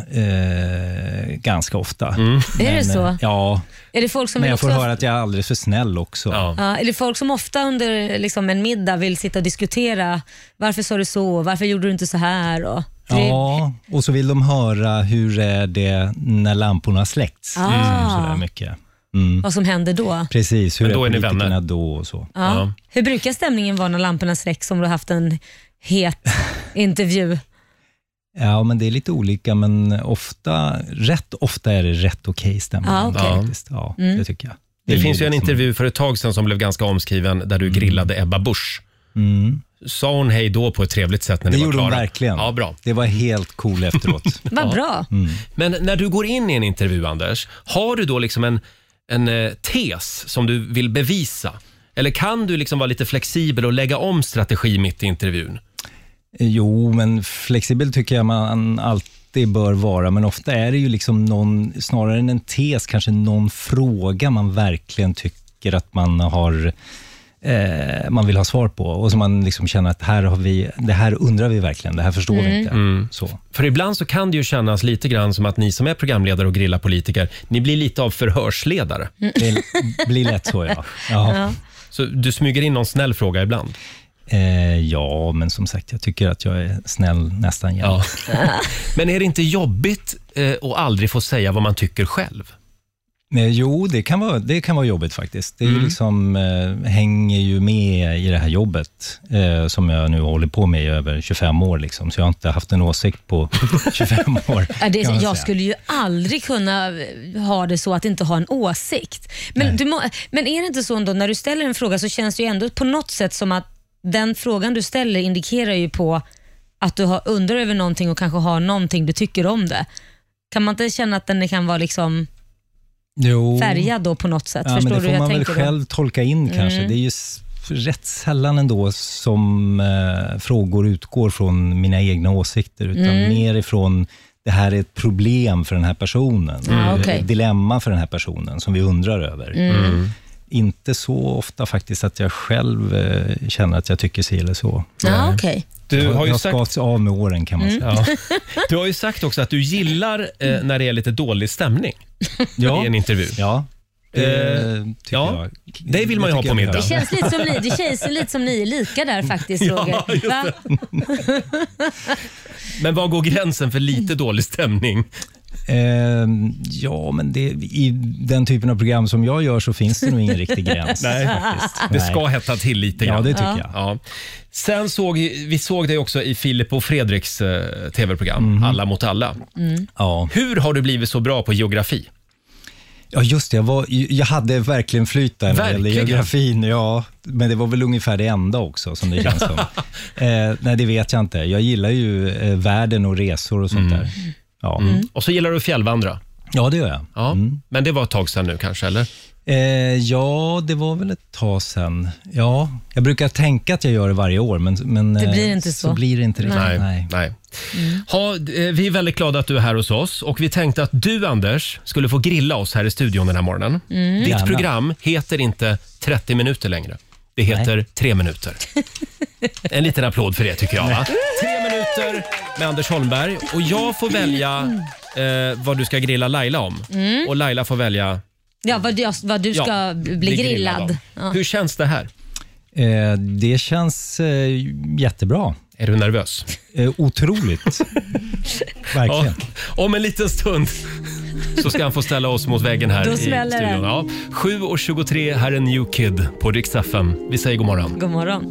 I: eh, ganska ofta.
A: Mm.
B: Är det
I: Men,
B: så?
I: eh, Ja,
B: Är det folk som
I: men
B: vill
I: jag får
B: också-
I: höra att jag är alldeles för snäll också.
A: Ja.
B: Ja, är det folk som ofta under liksom, en middag vill sitta och diskutera varför sa du så, varför gjorde du inte så här? Och, det-
I: Ja, och så vill de höra hur är det när lamporna släckts.
B: Ah.
I: Liksom, sådär mycket. Mm.
B: Vad som händer då.
I: Precis, hur
A: Men då
I: är
A: är ni vänner.
I: politikerna då och så.
B: Ja.
A: Ja.
B: Hur brukar stämningen vara när lamporna släcks om du har haft en het intervju?
I: Ja, men det är lite olika, men ofta, rätt ofta är det rätt okej stämning.
B: Ja, okej.
I: faktiskt. ja det tycker jag.
A: Ah, Mm. Det,
I: är
A: finns ju en
I: liksom-
A: intervju för ett tag sedan som blev ganska omskriven där du grillade Ebba Busch.
I: Mm.
A: Sa hon hej då på ett trevligt sätt när
I: Det
A: ni var
I: gjorde
A: klara?
I: hon verkligen.
A: Ja, bra.
I: Det var helt cool efteråt.
B: Vad bra.
I: Mm.
A: Men när du går in i en intervju, Anders, har du då liksom en, en eh, tes som du vill bevisa? Eller kan du liksom vara lite flexibel och lägga om strategi mitt i intervjun?
I: Jo, men flexibel tycker jag man alltid bör vara, men ofta är det ju liksom någon, snarare än en tes, kanske någon fråga man verkligen tycker att man har eh, man vill ha svar på och som man liksom känner att här har vi, det här undrar vi verkligen, det här förstår vi inte. Så.
A: För ibland så kan det ju kännas lite grann som att ni som är programledare och grillar politiker, ni blir lite av förhörsledare.
I: Det blir lätt så, ja. ja.
A: Så du smyger in någon snäll fråga ibland.
I: Eh, ja, men som sagt, jag tycker att jag är snäll nästan jämt.
A: Ja. Men är det inte jobbigt eh, att aldrig få säga vad man tycker själv?
I: Nej, jo, det kan, vara, det kan vara jobbigt faktiskt. Det
B: Mm.
I: är ju liksom, eh, hänger ju med i det här jobbet eh, som jag nu håller på med i över 25 år. Liksom. Så jag har inte haft en åsikt på 25 år.
B: Ja, det,
I: kan
B: jag
I: man säga.
B: skulle ju aldrig kunna eh, ha det så att inte ha en åsikt. Men, du må, men är det inte så ändå, när du ställer en fråga så känns det ju ändå på något sätt som att den frågan du ställer indikerar ju på att du har, undrar över någonting och kanske har någonting du tycker om det. Kan man inte känna att den kan vara liksom
I: jo.
B: färgad då på något sätt?
I: Oh. Ja, men
B: Förstår
I: det
B: du hur
I: får
B: jag
I: man väl
B: tänker? då? Mm.
I: själv tolka in kanske. Det är ju s- rätt sällan ändå som eh, frågor utgår från mina egna åsikter, utan
B: Mm.
I: mer ifrån det här är ett problem för den här personen,
B: Ah,
I: Det är
B: okej.
I: ett dilemma för den här personen som vi undrar över. Inte så ofta faktiskt att jag själv eh, känner att jag tycker si eller så.
B: Ja, okej.
A: Du har,
I: jag
A: ju
I: har
A: sagt,
I: skats av med åren kan man säga.
A: ja, du har ju sagt också att du gillar eh, när det är lite dålig stämning
I: Ja.
A: i en intervju.
I: Ja, det
A: Eh,
I: tycker
A: ja.
I: jag.
A: Det vill man ju ha
I: tycker
A: på
I: jag-
A: middag.
B: Det känns lite som ni, det känns lite som ni är lika där faktiskt Roger.
A: just det.
B: Va?
A: Men var går gränsen för lite
I: Mm.
A: dålig stämning?
I: Eh, ja, men det, i den typen av program som jag gör så finns det nog ingen riktig gräns.
A: Nej.
I: faktiskt.
A: Det
I: Nej.
A: ska hetta till lite
I: Ja,
A: grann.
I: det tycker jag.
A: Ja. Sen såg vi såg dig också i Filip och Fredriks eh, tv-program
I: Mhm.
A: Alla mot alla.
I: Ja.
A: Hur har du blivit så bra på geografi?
I: ja, just det. Jag, var, jag hade verkligen flyt där när det gäller
A: Verkligen.
I: geografin. Ja, men det var väl ungefär det enda också som det känns som. Eh, nej, det vet jag inte. Jag gillar ju eh, världen och resor och
A: Mm.
I: sånt där. Ja.
A: Och så gillar du att fjällvandra.
I: ja, det gör jag.
A: Ja. Men det var ett tag sedan nu kanske, eller?
I: Eh, ja, det var väl ett tag sedan. Ja, jag brukar tänka att jag gör det varje år, men, men det
B: blir inte så.
I: så blir det inte riktigt.
A: Nej.
I: Nej.
A: Nej.
B: Mm.
A: Ha, eh, vi är väldigt glada att du är här hos oss och vi tänkte att du Anders skulle få grilla oss här i studion den här morgonen.
B: Mm.
A: Ditt
I: Gärna.
A: program heter inte 30 minuter längre. Det heter
I: Nej.
A: 3 minuter. En liten applåd för det tycker jag. Va? 3 minuter med Anders Holmberg och jag får välja eh, vad du ska grilla Laila om och Laila får välja
B: Ja, vad, jag- vad du
A: ja,
B: Mm. ska bli grillad.
A: om.
B: Ja.
A: Hur känns det här?
I: Eh, det känns eh, jättebra.
A: Är du nervös?
I: Eh, otroligt.
A: Ja,
I: Verkligen.
A: om en liten stund så ska han få ställa oss mot väggen här
B: Då
A: i
B: smäller
A: studion.
B: det.
A: Ja, 7.23, här är New Kid på Rix FM. Vi säger god morgon.
B: God morgon.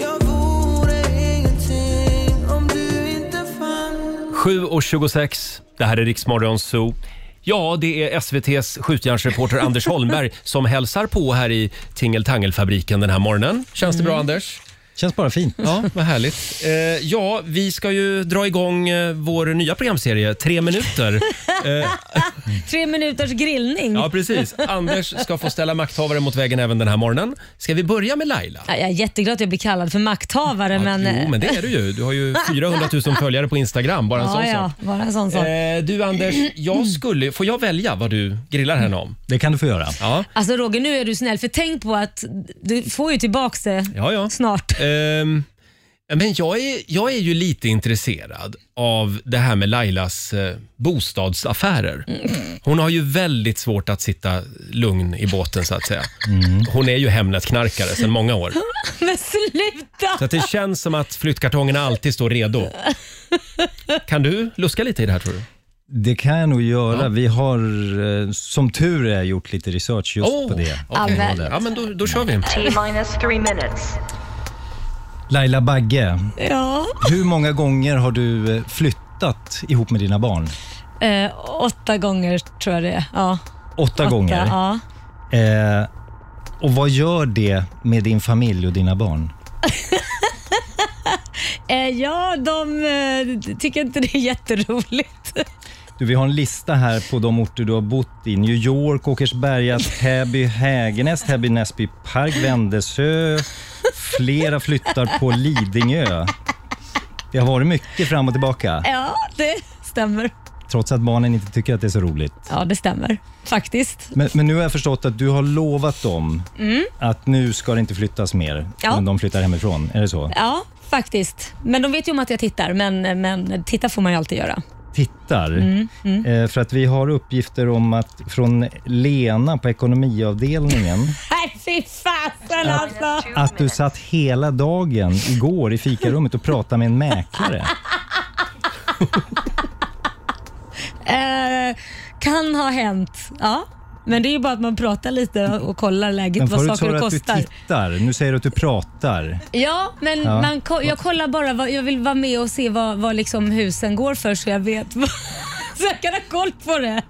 H: Jag vore ingenting om du inte fanns
A: 7.26, det här är Rix Morgon Zoo. Ja, det är SVTs skjutjärnsreporter Anders Holmberg som hälsar på här i Tingeltangelfabriken den här morgonen. Känns det
B: Mm.
A: bra Anders?
I: Känns bara fint.
A: Ja, vad härligt. Eh, ja, vi ska ju dra igång eh, vår nya programserie, Tre minuter.
B: Tre minuters grillning.
A: Ja, precis. Anders ska få ställa makthavare mot väggen även den här morgonen. Ska vi börja med Laila?
B: Ja, Jag är jätteglad att jag blir kallad för makthavare, men...
A: Jo, men det är du ju. Du har ju 400 000 följare på Instagram. Bara en
B: ja,
A: sån
B: ja,
A: sak.
B: bara en sån sak.
A: Eh, du Anders, jag skulle, får jag välja vad du grillar henne om?
I: Det kan du få göra.
A: Ja.
B: Alltså Roger, nu är du snäll, för tänk på att du får ju tillbaka det
A: Ja, ja.
B: snart.
A: Ehm, Ja, Men jag, är, jag är ju lite intresserad av det här med Lailas eh, bostadsaffärer.
B: Mm.
A: Hon har ju väldigt svårt att sitta lugn i båten så att säga.
I: Mm.
A: Hon är ju Hemnet-knarkare sedan många år.
B: Men sluta!
A: Så att det känns som att flyttkartongerna alltid står redo. Kan du luska lite i det här tror du?
I: Det kan jag nog göra. Vi har eh, som tur är gjort lite research just
A: Åh,
I: på det.
A: Oh. okej.
B: Ja, väl.
A: Ja, men då, då kör vi.
D: T-minus three minutes.
I: Laila Bagge,
E: Ja.
I: hur många gånger har du eh, flyttat ihop med dina barn?
B: Eh, åtta gånger tror jag det är. Ja,
I: Åtta,
B: åtta,
I: gånger.
B: Ja.
I: Eh, och vad gör det med din familj och dina barn?
B: Eh, ja, de eh, tycker inte det är jätteroligt.
I: Du, vi har en lista här på de orter du har bott i. New York, Åkersberga, Täby, Hägernäs, Täby, Näsby, Park, Vändelsö. Flera flyttar på Lidingö. Det har varit mycket fram och tillbaka,
B: Ja, det stämmer.
I: trots att barnen inte tycker att det är så roligt.
B: Ja, det stämmer faktiskt.
I: Men, men nu har jag förstått att du har lovat dem att nu ska det inte flyttas mer,
B: Mm. Ja.
I: men de flyttar hemifrån. Är det så?
B: Ja, faktiskt. Men de vet ju om att jag tittar, men, men titta får man ju alltid göra.
I: tittar.
B: Mm,
I: Eh, För att vi har uppgifter om att från Lena på ekonomiavdelningen
B: Nej, fy fasen alltså!
I: att du satt hela dagen igår i fikarummet och pratade med en mäklare.
B: Eh, kan ha hänt, ja. Men det är ju bara att man pratar lite och kollar
I: Men
B: läget, vad
I: förut sa
B: saker
I: du
B: och
I: att du
B: kostar.
I: tittar, nu säger du att du pratar.
B: Ja, men
I: Ja.
B: Man ko- jag kollar bara. Vad, jag vill vara med och se vad, vad liksom husen går för så jag vet. vad- så jag kan ha koll på det.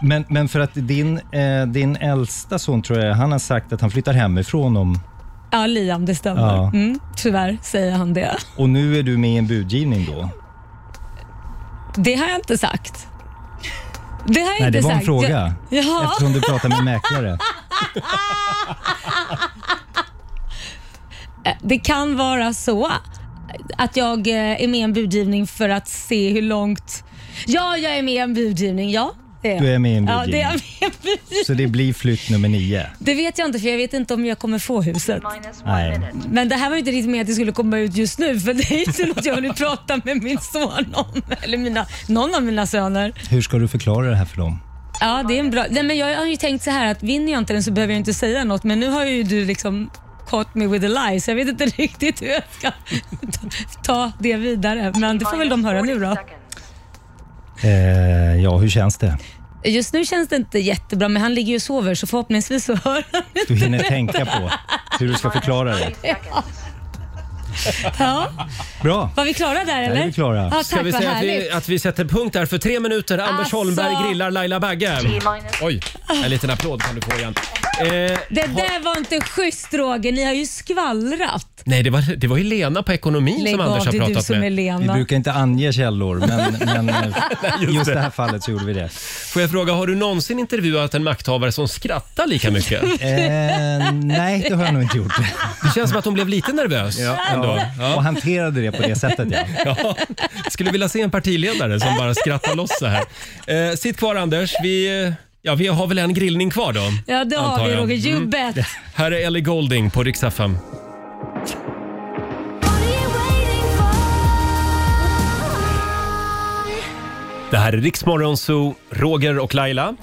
I: Men, men för att din, eh, din äldsta son, tror jag, han har sagt att han flyttar hemifrån om...
B: Ja, Liam, det stämmer.
I: Ja.
B: Mm, tyvärr säger han det.
I: Och nu är du med i en budgivning då?
B: Det har jag inte sagt. Det har jag
I: Nej,
B: inte
I: det var en
B: sagt.
I: fråga.
B: Jaha.
I: Eftersom du pratar med en mäklare.
B: Eh, Det kan vara så att jag eh, är med i en budgivning för att se hur långt... Ja, jag är med i en budgivning. Ja, det jag.
I: Du är med i en
B: Ja, det är jag
I: budgivning.
B: med i en budgivning.
I: Så det blir flytt nummer nio.
B: Det vet jag inte för jag vet inte om jag kommer få huset.
I: Nej.
B: Men det här var ju inte riktigt med att det skulle komma ut just nu för det är inte något jag hunnit prata med min son om. Eller mina, någon av mina söner.
I: Hur ska du förklara det här för dem?
B: Ja, det är en bra... Nej, men jag har ju tänkt så här att vinner jag inte den så behöver jag inte säga något men nu har ju du liksom caught me with a lie så jag vet inte riktigt hur jag ska ta, ta det vidare. Men det får väl de höra nu då.
I: Eh, ja, hur känns det?
B: Just nu känns det inte jättebra men han ligger ju och sover så förhoppningsvis så hör han
I: Du hinner tänka på hur du ska förklara det.
B: Ja,
I: Bra.
B: var vi klara där eller?
I: vi klara.
B: Ja, tack,
A: Ska vi
B: vad
A: säga att
B: härligt.
A: vi, att vi sätter punkt där för tre minuter. Anders
B: Alltså.
A: Holmberg grillar Laila Bagge. Oj, en liten applåd kan du få igen. Eh,
B: Det där var inte schysst Roger, ni har ju skvallrat.
A: nej, det var, det var ju Lena på ekonomin
B: Lägg
A: som
B: av,
A: Anders har
B: det är du
A: pratat
B: som är
A: med.
I: Vi
B: Lena.
I: brukar inte ange källor, men, men eh, just det här fallet så gjorde vi det.
A: Får jag fråga, har du någonsin intervjuat en makthavare som skrattar lika mycket?
I: Eh, nej, det har jag nog inte gjort.
A: Det känns som att hon blev lite nervös. Ändå.
I: Och hanterade det på det sättet, ja.
A: Ja, skulle vilja se en partiledare som bara skrattar loss så här. Eh, sitt kvar Anders. Vi, eh, ja, vi har väl en grillning kvar då?
B: Ja det
A: antar
B: har vi
A: jag.
B: Roger, you
A: Mm.
B: bet.
A: Här är Ellie Golding på Rix FM. Det här är Riksmorgon Zoo, Roger och Laila.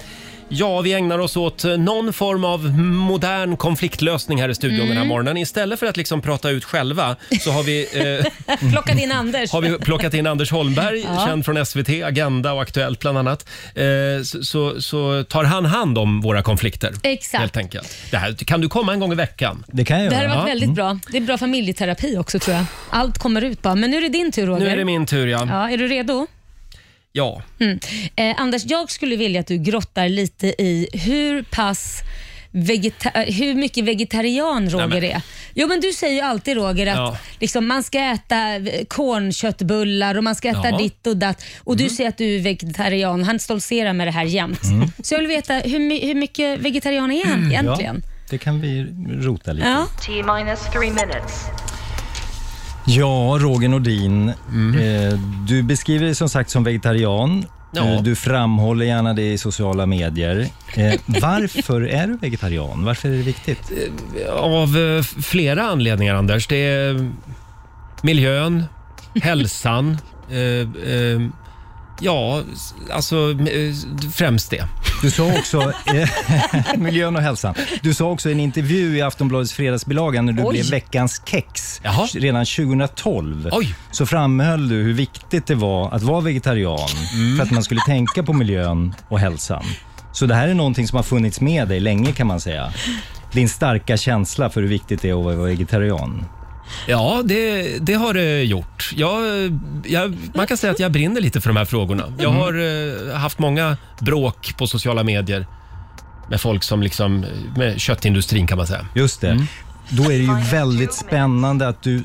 A: Ja, vi ägnar oss åt eh, någon form av modern konfliktlösning här i studion den
B: Mm.
A: här morgonen. Istället för att liksom prata ut själva så har vi, eh,
B: Plockat in Anders.
A: har vi plockat in Anders Holmberg, känd från SVT, Agenda och Aktuellt bland annat. Eh, så, så, så tar han hand om våra konflikter.
B: Exakt.
A: Helt enkelt. Det här kan du komma en gång i veckan.
I: Det kan jag
B: Det här har
I: göra.
B: varit väldigt bra. Det är bra familjeterapi också tror jag. Allt kommer ut bara. Men nu är det din tur Roger.
A: Nu är det min tur ja.
B: Ja, är du redo?
A: ja.
B: Mm. Eh, Anders, jag skulle vilja att du grottar lite i hur pass Vegeta- eh, hur mycket vegetarian Roger
A: Nej, men-
B: är. Jo men du säger ju alltid Roger att
A: Ja.
B: liksom, man ska äta eh, kornköttbullar och man ska äta
A: Ja. Mm.
B: ditt och datt. Och du säger att du är vegetarian. Han stoltserar med det här jämt. Så jag vill veta, hur, my- hur mycket vegetarian är
A: Mm,
B: han egentligen?
I: Ja, det kan vi rota lite.
B: Ja.
D: T-minus three minutes.
I: Ja, Roger Nordin.
A: Mhm.
I: Eh, du beskriver dig som sagt som vegetarian.
A: Ja.
I: Eh, Du framhåller gärna det i sociala medier. Eh, varför är du vegetarian? Varför är det viktigt?
A: Av eh, flera anledningar, Anders. Det är, Miljön, hälsan. eh, eh, ja, s- alltså eh, främst det.
I: Du sa också, eh, miljön och hälsan, du sa också i en intervju i Aftonbladets fredagsbilaga när du
A: Oj.
I: blev veckans kex
A: Jaha.
I: redan 2012.
A: Oj.
I: Så framhöll du hur viktigt det var att vara vegetarian för att man skulle tänka på miljön och hälsan. Så det här är någonting som har funnits med dig länge kan man säga. Din starka känsla för hur viktigt det är att vara vegetarian.
A: Ja, det, det har det gjort. Jag, jag, man kan säga att jag brinner lite för de här frågorna. Jag
I: Mm.
A: har eh, haft många bråk på sociala medier med folk som liksom, med köttindustrin kan man säga.
I: Just det. Då är det ju väldigt spännande att du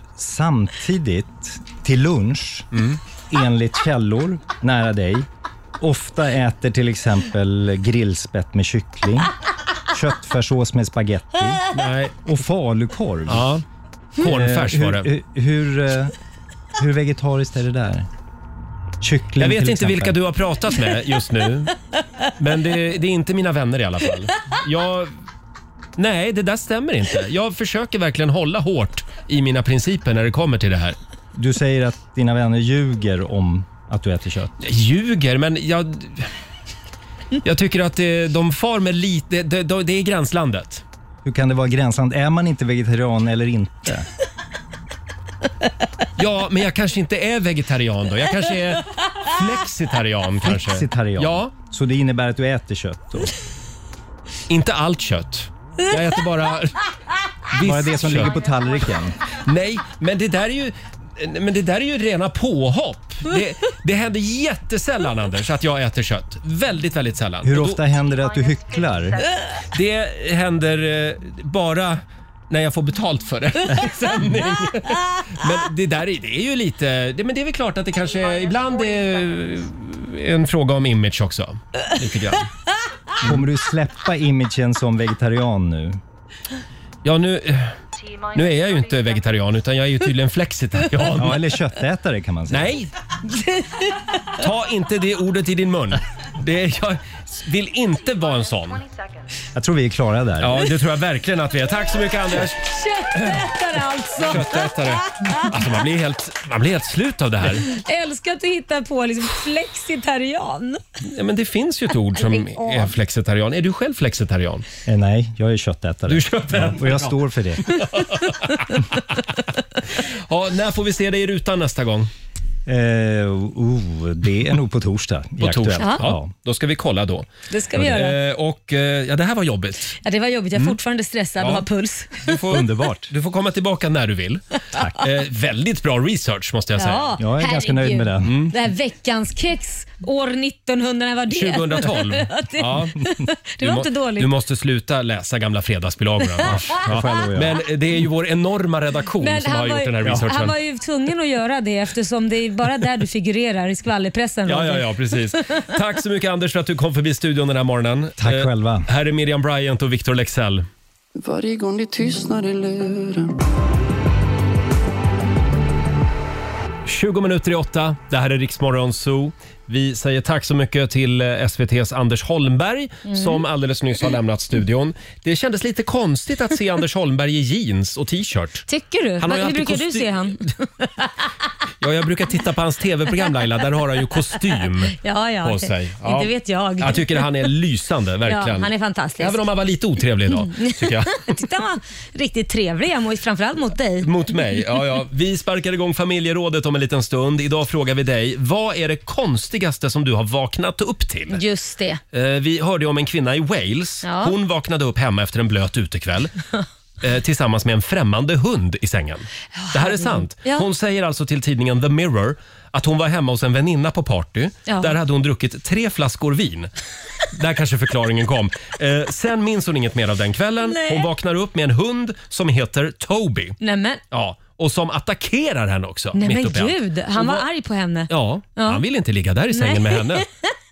I: samtidigt till lunch, enligt källor nära dig, ofta äter till exempel grillspett med kyckling, köttfärssås med spagetti
A: Nej.
I: och falukorv.
A: Ja. Cornfärs
I: Eh,
A: var det.
I: Hur, hur, eh, hur vegetariskt är det där? Kyckling
A: Jag vet
I: till
A: inte
I: exempel.
A: vilka du har pratat med just nu. Men det, det är inte mina vänner i alla fall. Jag, nej, det där stämmer inte. Jag försöker verkligen hålla hårt i mina principer när det kommer till det här.
I: Du säger att dina vänner ljuger om att du äter kött.
A: Jag ljuger, men jag... Jag tycker att eh, de far med lite... Det, det, det är gränslandet.
I: Hur kan det vara gränsland? Är man inte vegetarian eller inte?
A: Ja, men jag kanske inte är vegetarian då. Jag kanske är flexitarian kanske.
I: Flexitarian.
A: Ja,
I: Så det innebär att du äter kött då?
A: inte allt kött. Jag äter bara... visst
I: Bara det som
A: kött.
I: ligger på tallriken?
A: Nej, men det där är ju... Men det där är ju rena påhopp. Det, det händer jättesällan Anders att jag äter kött. Väldigt, väldigt sällan.
I: Hur
A: Och
I: ofta händer det att du hycklar?
A: Då, det händer eh, bara när jag får betalt för det. Sändning. men det där är, det är ju lite... Det, men det är väl klart att det kanske är- ibland är en fråga om image också. Lite grann.
I: Kommer du släppa imagen som vegetarian nu?
A: Ja, nu, nu är jag ju inte vegetarian utan jag är ju tydligen flexitarian.
I: Ja, eller köttätare kan man säga.
A: Nej! Ta inte det ordet i din mun. Det, jag vill inte vara en sån.
I: Jag tror vi är klara där.
A: Ja, det tror jag verkligen att vi är. Tack så mycket Anders,
B: Köttätare alltså.
A: köttätare. Alltså man blir helt, man blir helt slut av det här.
B: Älskar att du hittar på liksom flexitarian.
A: Ja, men det finns ju ett ord som
B: Alltså,
A: är flexitarian. Är du själv flexitarian?
I: Eh, Nej, jag är köttätare.
A: Du är köttätare.
I: Och jag står för det.
A: Ja, när får vi se dig i rutan nästa gång?
I: Eh, oh, det är nog på torsdag. i
A: På
I: Aktuellt.
A: torsdag? Ja,
I: Ja.
A: då ska vi kolla då.
B: Det ska vi göra.
A: Eh, och, eh, ja, det här var jobbigt.
B: Ja, det var jobbigt. Jag är fortfarande stressad och
A: Mm. Ja.
B: har puls.
A: Du får,
I: Underbart.
A: du får komma tillbaka när du vill. Tack. Eh, väldigt bra research måste jag säga.
B: Ja,
I: Jag är ganska nöjd med
B: herregud.
I: den.
A: Mm.
B: Det här veckans kex år 1900, när var det?
A: 2012.
B: det-
A: Ja.
B: det var
A: Du må-
B: inte dåligt.
A: Du måste sluta läsa gamla fredagsbilagorna.
I: jag får lov att göra.
A: Men det är ju vår enorma redaktion
B: Men
A: som har
B: han,
A: gjort
B: var
A: den här
B: ju, han
A: researchen.
B: var ju tvungen att göra det eftersom det är bara där du figurerar i skvallerpressen.
A: Ja,
B: Roger.
A: ja, ja, precis. Tack så mycket Anders för att du kom förbi studion den här morgonen. Eh,
I: Tack själva.
A: Här är Miriam Bryant och Victor Lexell.
J: Varje gång det tystnar i luren
A: 20 minuter i åtta. Det här är Riksmorgon Zoo. Vi säger tack så mycket till eh, SVTs Anders Holmberg
B: Mm.
A: som alldeles nyss har lämnat studion. Det kändes lite konstigt att se Anders Holmberg i jeans och t-shirt.
B: Tycker du?
A: Han har ju
B: Hur
A: alltid
B: brukar du
A: kostym.
B: se han?
A: Ja, jag brukar titta på hans tv-program Laila, där har han ju kostym
B: Ja, ja.
A: på
B: okej.
A: sig. Ja.
B: Inte vet jag.
A: Jag tycker han är lysande, verkligen.
B: Ja, han är fantastisk. Mm.
A: Även om han var lite otrevlig idag, tycker jag.
B: Jag tyckte han var riktigt trevlig, jag må- framförallt mot dig.
A: Mot mig. Ja, ja. Vi sparkar igång familjerådet om en liten stund. Idag frågar vi dig, vad är det konstigaste som du har vaknat upp till?
B: Just det.
A: Eh, Vi hörde om en kvinna i Wales.
B: Ja.
A: Hon vaknade upp hemma efter en blöt utekväll. eh, Tillsammans med en främmande hund i sängen. Det här är sant.
B: Ja.
A: Hon säger alltså till tidningen The Mirror att hon var hemma hos en väninna på party.
B: Ja.
A: Där hade hon druckit tre flaskor vin. Där kanske förklaringen kom. Eh, sen minns hon inget mer av den kvällen.
B: Nej.
A: Hon vaknar upp med en hund som heter Toby.
B: Nej men,
A: Ja, och som attackerar henne också.
B: nej,
A: mitt
B: men
A: uppe i allt.
B: gud, han var
A: Och vad-
B: arg på henne.
A: Ja,
B: Ja.
A: han vill inte ligga där i sängen med
B: Nej.
A: henne.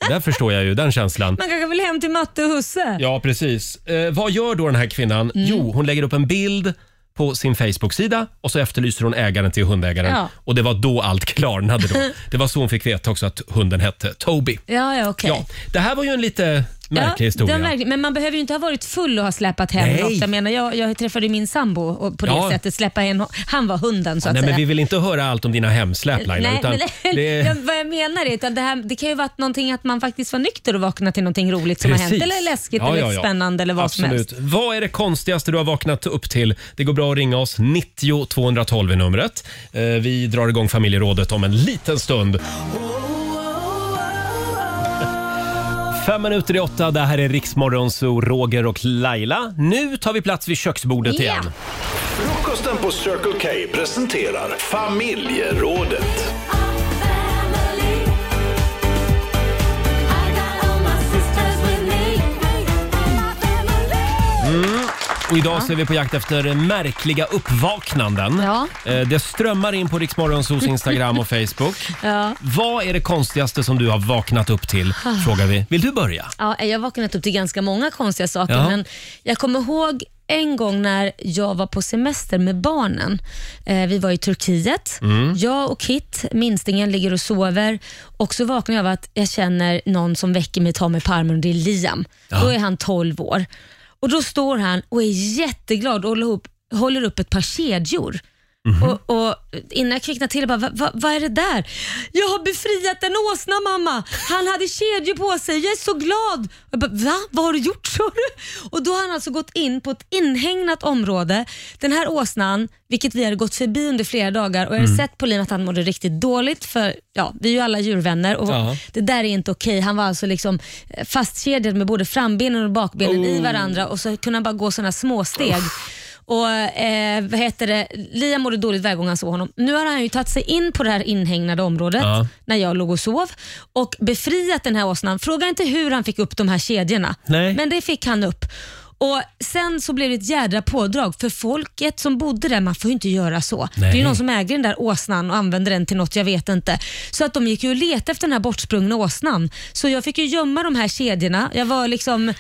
A: Där förstår jag ju den känslan.
B: Man kanske vill hem till matte och husse.
A: Ja, precis. Eh, vad gör då den här kvinnan?
B: Mm.
A: Jo, hon lägger upp en bild på sin Facebook-sida och så efterlyser hon ägaren till hundägaren.
B: Ja.
A: Och det var då allt klarnade. Då. Det var så hon fick veta också att hunden hette Toby.
B: Ja, ja okej.
A: Ja, det här var ju en lite Märklig historia.
B: Den verkligen- men man behöver ju inte ha varit full och ha släpat hem
A: Nej.
B: något. Jag, menar, jag, jag träffade ju min sambo och på det
A: Ja.
B: sättet släppa hem Han var hunden så att
A: Nej,
B: säga.
A: men vi vill inte höra allt om dina hemsläp Laila.
B: Nej,
A: utan
B: men,
A: det,
B: jag, vad jag menar är utan det, här, det kan ju vara någonting att man faktiskt var nykter och vaknade till någonting roligt som har hänt. Eller läskigt
A: Ja,
B: eller
A: ja, ja.
B: spännande eller vad som
A: Absolut.
B: helst.
A: Vad är det konstigaste du har vaknat upp till? Det går bra att ringa oss. 90 212 är numret. Eh, Vi drar igång familjerådet om en liten stund. Fem minuter i åtta, det här är Riksmorgon, så Roger och Laila. Nu tar vi plats vid köksbordet
C: Ja.
A: igen.
C: Frukosten på Circle K presenterar familjerådet.
A: Mm. Och idag så är vi på jakt efter märkliga uppvaknanden. Eh, Det strömmar in på Riksmorgonsos Instagram och Facebook.
B: Ja.
A: Vad är det konstigaste som du har vaknat upp till?
B: Ah.
A: Frågar vi. Vill du börja?
B: Ja, jag har vaknat upp till ganska många konstiga saker,
A: Ja.
B: men jag kommer ihåg en gång när jag var på semester med barnen. Eh, vi var i Turkiet.
K: Mm.
B: Jag och Kit, minstingen, ligger och sover och så vaknar jag av att jag känner någon som väcker mig, tar mig på armen och det är Liam.
K: Ja.
B: Då är han 12 år. Och Då står han och är jätteglad och håller upp, håller upp ett par kedjor.
K: Mhm.
B: Och, och innan jag kvicknade till, jag bara, va, va, vad är det där? Jag har befriat en åsna mamma. Han hade kedjor på sig. Jag är så glad. Jag bara, va? Vad har du gjort sa du? Och då har han alltså gått in på ett inhägnat område. Den här åsnan, vilket vi hade gått förbi under flera dagar och jag hade
K: Mm.
B: sett på Lin att han mådde riktigt dåligt för ja, vi är ju alla djurvänner och
K: Ja.
B: det där är inte okej. Han var alltså liksom eh, fastkedjad med både frambenen och bakbenen i
K: Oh.
B: varandra och så kunde han bara gå sådana små steg. Och eh, vad heter det? Liam mådde dåligt varje gång han såg honom. Nu har han ju tagit sig in på det här inhägnade området
K: Ja.
B: när jag låg och sov och befriat den här åsnan. Fråga inte hur han fick upp de här kedjorna,
K: Nej.
B: men det fick han upp. Och Sen så blev det ett jädra pådrag för folket som bodde där, man får ju inte göra så.
K: Nej.
B: Det är ju någon som äger den där åsnan och använder den till något, jag vet inte. Så att de gick ju och letade efter den här bortsprungna åsnan. Så jag fick ju gömma de här kedjorna. Jag var liksom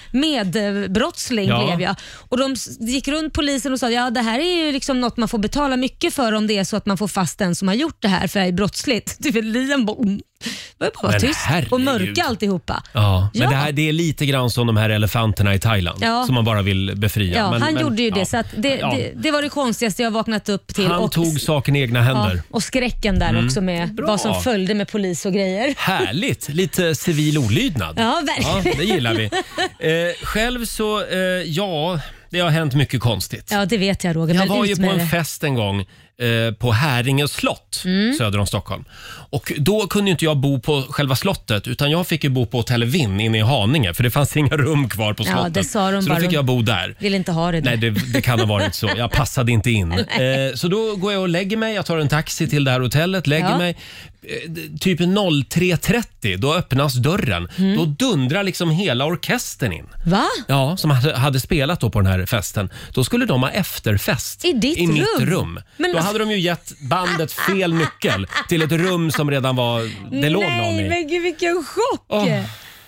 B: medbrottsling
K: Ja.
B: blev jag. Och de s- gick runt polisen och sa ja det här är ju liksom något man får betala mycket för om det är så att man får fast den som har gjort det här för det är brottsligt. Du vet, Liam bara, mm. Det var ju bara
A: Men
B: tyst och
A: herregud.
B: mörka alltihopa.
A: Ja, men
B: Ja.
A: Det, här, det är lite grann som de här elefanterna i Thailand
B: Ja.
A: som man bara vill befria.
B: Ja,
A: men,
B: han
A: men,
B: gjorde ju
A: ja.
B: det, så att det,
A: Ja.
B: det, det var det konstigaste jag vaknat upp till.
A: Han
B: och,
A: tog saken i egna händer.
B: Ja, och skräcken där
A: Mm.
B: också med
A: Bra.
B: vad som följde med polis och grejer.
A: Härligt! Lite civil olydnad.
B: Ja, verkligen.
A: det gillar vi. Eh, själv så, eh, ja, det har hänt mycket konstigt.
B: Ja, det vet jag Roger.
A: Jag
B: men
A: var
B: ut
A: ju på
B: med det.
A: en fest en gång eh, på Häringe slott
B: Mm.
A: söder om Stockholm. Och Då kunde ju inte jag bo på själva slottet utan jag fick ju bo på Hotell Vinn inne i Haninge för det fanns inga rum kvar på
B: Ja,
A: slottet.
B: det sa de
A: så då
B: bara.
A: fick
B: De-
A: jag bo där.
B: Vill inte ha det där.
A: Nej, det, det kan ha varit så. Jag passade inte in.
B: Nej.
A: Eh, så då går jag och lägger mig. Jag tar en taxi till det här hotellet, lägger
B: Ja.
A: mig. Eh, d- Typ 03.30, då öppnas dörren.
B: Mm.
A: Då dundrar liksom hela orkestern in.
B: Va?
A: Ja, som hade, hade spelat då på den här festen. Då skulle de ha efterfest
B: I ditt
A: mitt
B: rum?
A: rum.
B: Men- alltså-
A: Då hade de ju gett bandet fel nyckel till ett rum som redan var... Det låg någon
B: Nej,
A: i.
B: men gud vilken chock!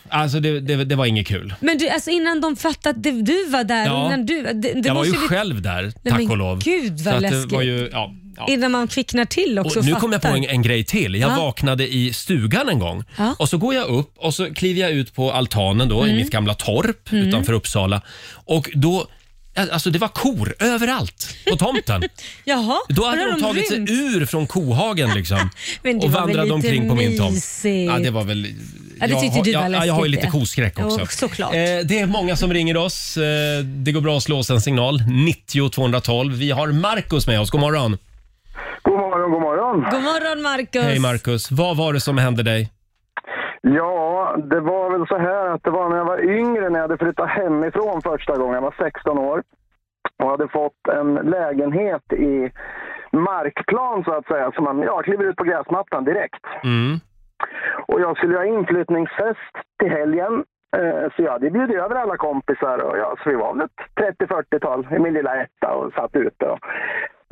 A: Alltså det, det, det var inget kul.
B: Men du, alltså innan de fattade att det- du var där.
A: Ja.
B: och Innan du, det, det
A: jag var
B: måste
A: ju
B: bli-
A: själv där,
B: Nej,
A: tack
B: men
A: och lov.
B: gud, vad
A: Så att det
B: läskigt.
A: var ju, ja, ja.
B: Innan man kvicknar till också
A: Och nu kom jag på
B: fattar.
A: en, en grej till. Jag
B: Ja.
A: vaknade i stugan en gång
B: Ja.
A: och så går jag upp och så kliver jag ut på altanen då i
B: Mm.
A: mitt gamla torp
B: Mm.
A: utanför Uppsala och då Alltså det var kor överallt på tomten.
B: Jaha,
A: Då
B: var
A: hade
B: har
A: de tagit sig
B: rymt?
A: ur från kohagen liksom
B: Men det
A: och
B: var väl
A: vandrade
B: lite
A: omkring på min tomt.
B: mysigt.
A: Ja, det var väl...
B: Ja, det
A: jag
B: tyckte
A: har-
B: du var
A: jag, ja, jag har
B: läskigt,
A: ju lite
B: det.
A: koskräck också.
B: Jo, såklart.
A: Eh, det är många som ringer oss. Eh, det går bra att slå oss en signal. 90 212. Vi har Markus med oss. God morgon.
L: God morgon, god morgon.
B: God morgon Marcus.
A: Hej Marcus, vad var det som hände dig?
L: Ja, det var väl så här att det var när jag var yngre när jag hade flyttat hemifrån första gången. Jag var 16 år och hade fått en lägenhet i markplan så att säga. Så man ja, kliver ut på gräsmattan direkt.
A: Mm.
L: Och jag skulle ha inflyttningsfest till helgen. Eh, Så jag hade bjudit över alla kompisar och ja, så vi var väl ett 30-40-tal i min lilla etta och satt ute. Och,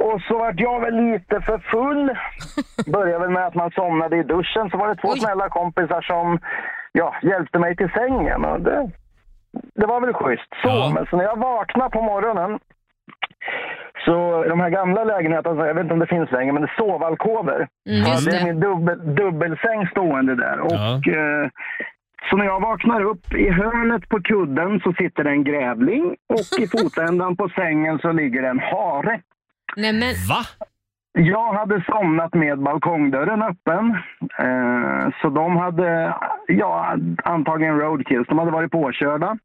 L: och så vart jag väl lite för full. Började väl med att man somnade i duschen. Så var det två snälla kompisar som ja, hjälpte mig till sängen. Och det, det var väl schysst. Så, men så Alltså, när jag vaknade på morgonen så de här gamla lägenheterna, jag vet inte om det finns längre, men det är sovalkover.
K: Mm,
L: ja,
K: just
L: det är
K: det.
L: min dubbel, dubbelsäng stående där. Och eh, Så när jag vaknar upp, i hörnet på kudden så sitter det en grävling och i fotändan på sängen så ligger det en hare.
B: Nej, men...
A: Va?
L: Jag hade somnat med balkongdörren öppen. Eh, så de hade, ja, antagligen roadkills, de hade varit påkörda.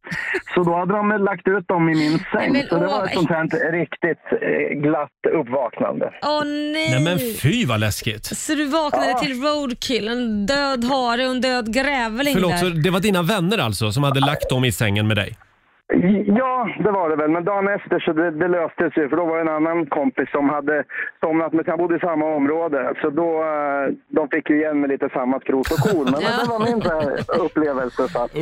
L: Så då hade de lagt ut dem i min säng.
B: men
L: så det var
B: åh,
L: ett sånt här riktigt eh, glatt uppvaknande.
B: Åh nej!
A: Nej men fy vad läskigt.
B: Så du vaknade till roadkill, en död hare och en död grävling
A: Förlåt,
B: där.
A: så det var dina vänner alltså som hade lagt dem i sängen med dig?
L: Ja, det var det väl. Men dagen efter så det, det löstes ju. För då var det en annan kompis som hade somnat, men han bodde i samma område. Så då, eh, de fick ju igen med lite samma skrot och korn. Men, men det var min så här upplevelse. Så att,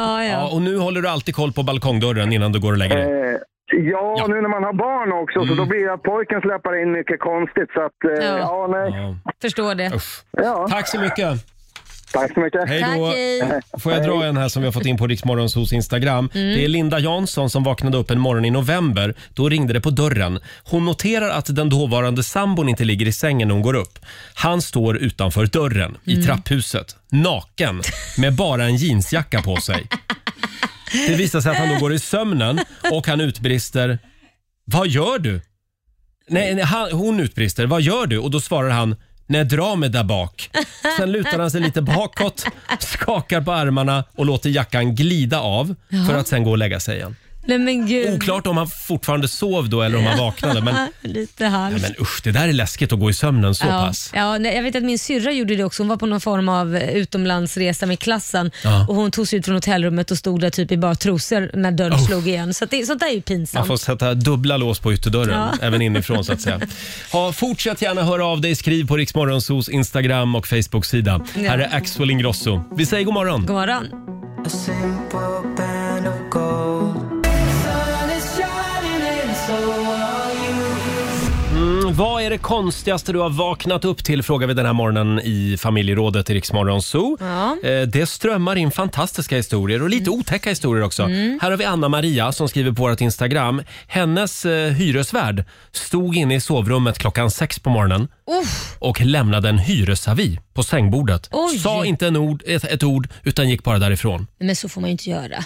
B: Ja,
A: Ja, och nu håller du alltid koll på balkongdörren innan du går och lägger dig?
L: eh, ja, nu när man har barn också, så då blir jag pojken släpar in mycket konstigt. Så att, eh, ja. nej.
B: Förstår det.
L: Ja.
A: Tack så mycket.
L: Tack så mycket.
A: Hej då.
B: Tack, hej.
A: Får jag dra en här som vi har fått in på Riksmorgons hos Instagram.
B: Mm.
A: Det är Linda Jansson som vaknade upp en morgon i november. Då ringde det på dörren. Hon noterar att den dåvarande sambon inte ligger i sängen när hon går upp. Han står utanför dörren i
K: Mm.
A: trapphuset, naken, med bara en jeansjacka på sig. Det visar sig att han då går i sömnen och han utbrister “Vad gör du?” Nej, nej, han, hon utbrister “Vad gör du?” och då svarar han “Nej, dra mig där bak”. Sen lutar han sig lite bakåt, skakar på armarna och låter jackan glida av för
B: Jaha.
A: att sen gå och lägga sig igen.
B: Nej men gud.
A: Oklart om han fortfarande sov då eller om han vaknade men,
B: Lite halvt.
A: nej, men usch, det där är läskigt att gå i sömnen så
B: ja.
A: pass.
B: Ja, nej, jag vet att min syrra gjorde det också. Hon var på någon form av eh, utomlandsresa med klassen
A: Ja.
B: och hon tog sig ut från hotellrummet och stod där typ i bara trosor när dörren
A: Oh.
B: slog igen. Så att det, sånt där är ju
A: Man
B: pinsamt.
A: får sätta dubbla lås på ytterdörren,
B: Ja.
A: även inifrån så att säga. Ha, fortsätt gärna höra av dig. Skriv på Riksmorgonsos Instagram och Facebook-sida.
B: Ja.
A: Här är Axel Ingrosso. Vi säger god morgon.
B: God morgon.
A: Mm, vad är det konstigaste du har vaknat upp till, frågar vi den här morgonen i familjerådet i Riksmorgon Zoo.
B: Ja.
A: Eh, Det strömmar in fantastiska historier och lite otäcka historier också.
B: Mm.
A: Här har vi Anna-Maria som skriver på vårt Instagram. Hennes eh, hyresvärd stod inne i sovrummet klockan sex på morgonen
B: Uff.
A: och lämnade en hyresavi på sängbordet.
B: Oj.
A: Sa inte en ord, ett, ett ord utan gick bara därifrån.
B: Men så får man ju inte göra.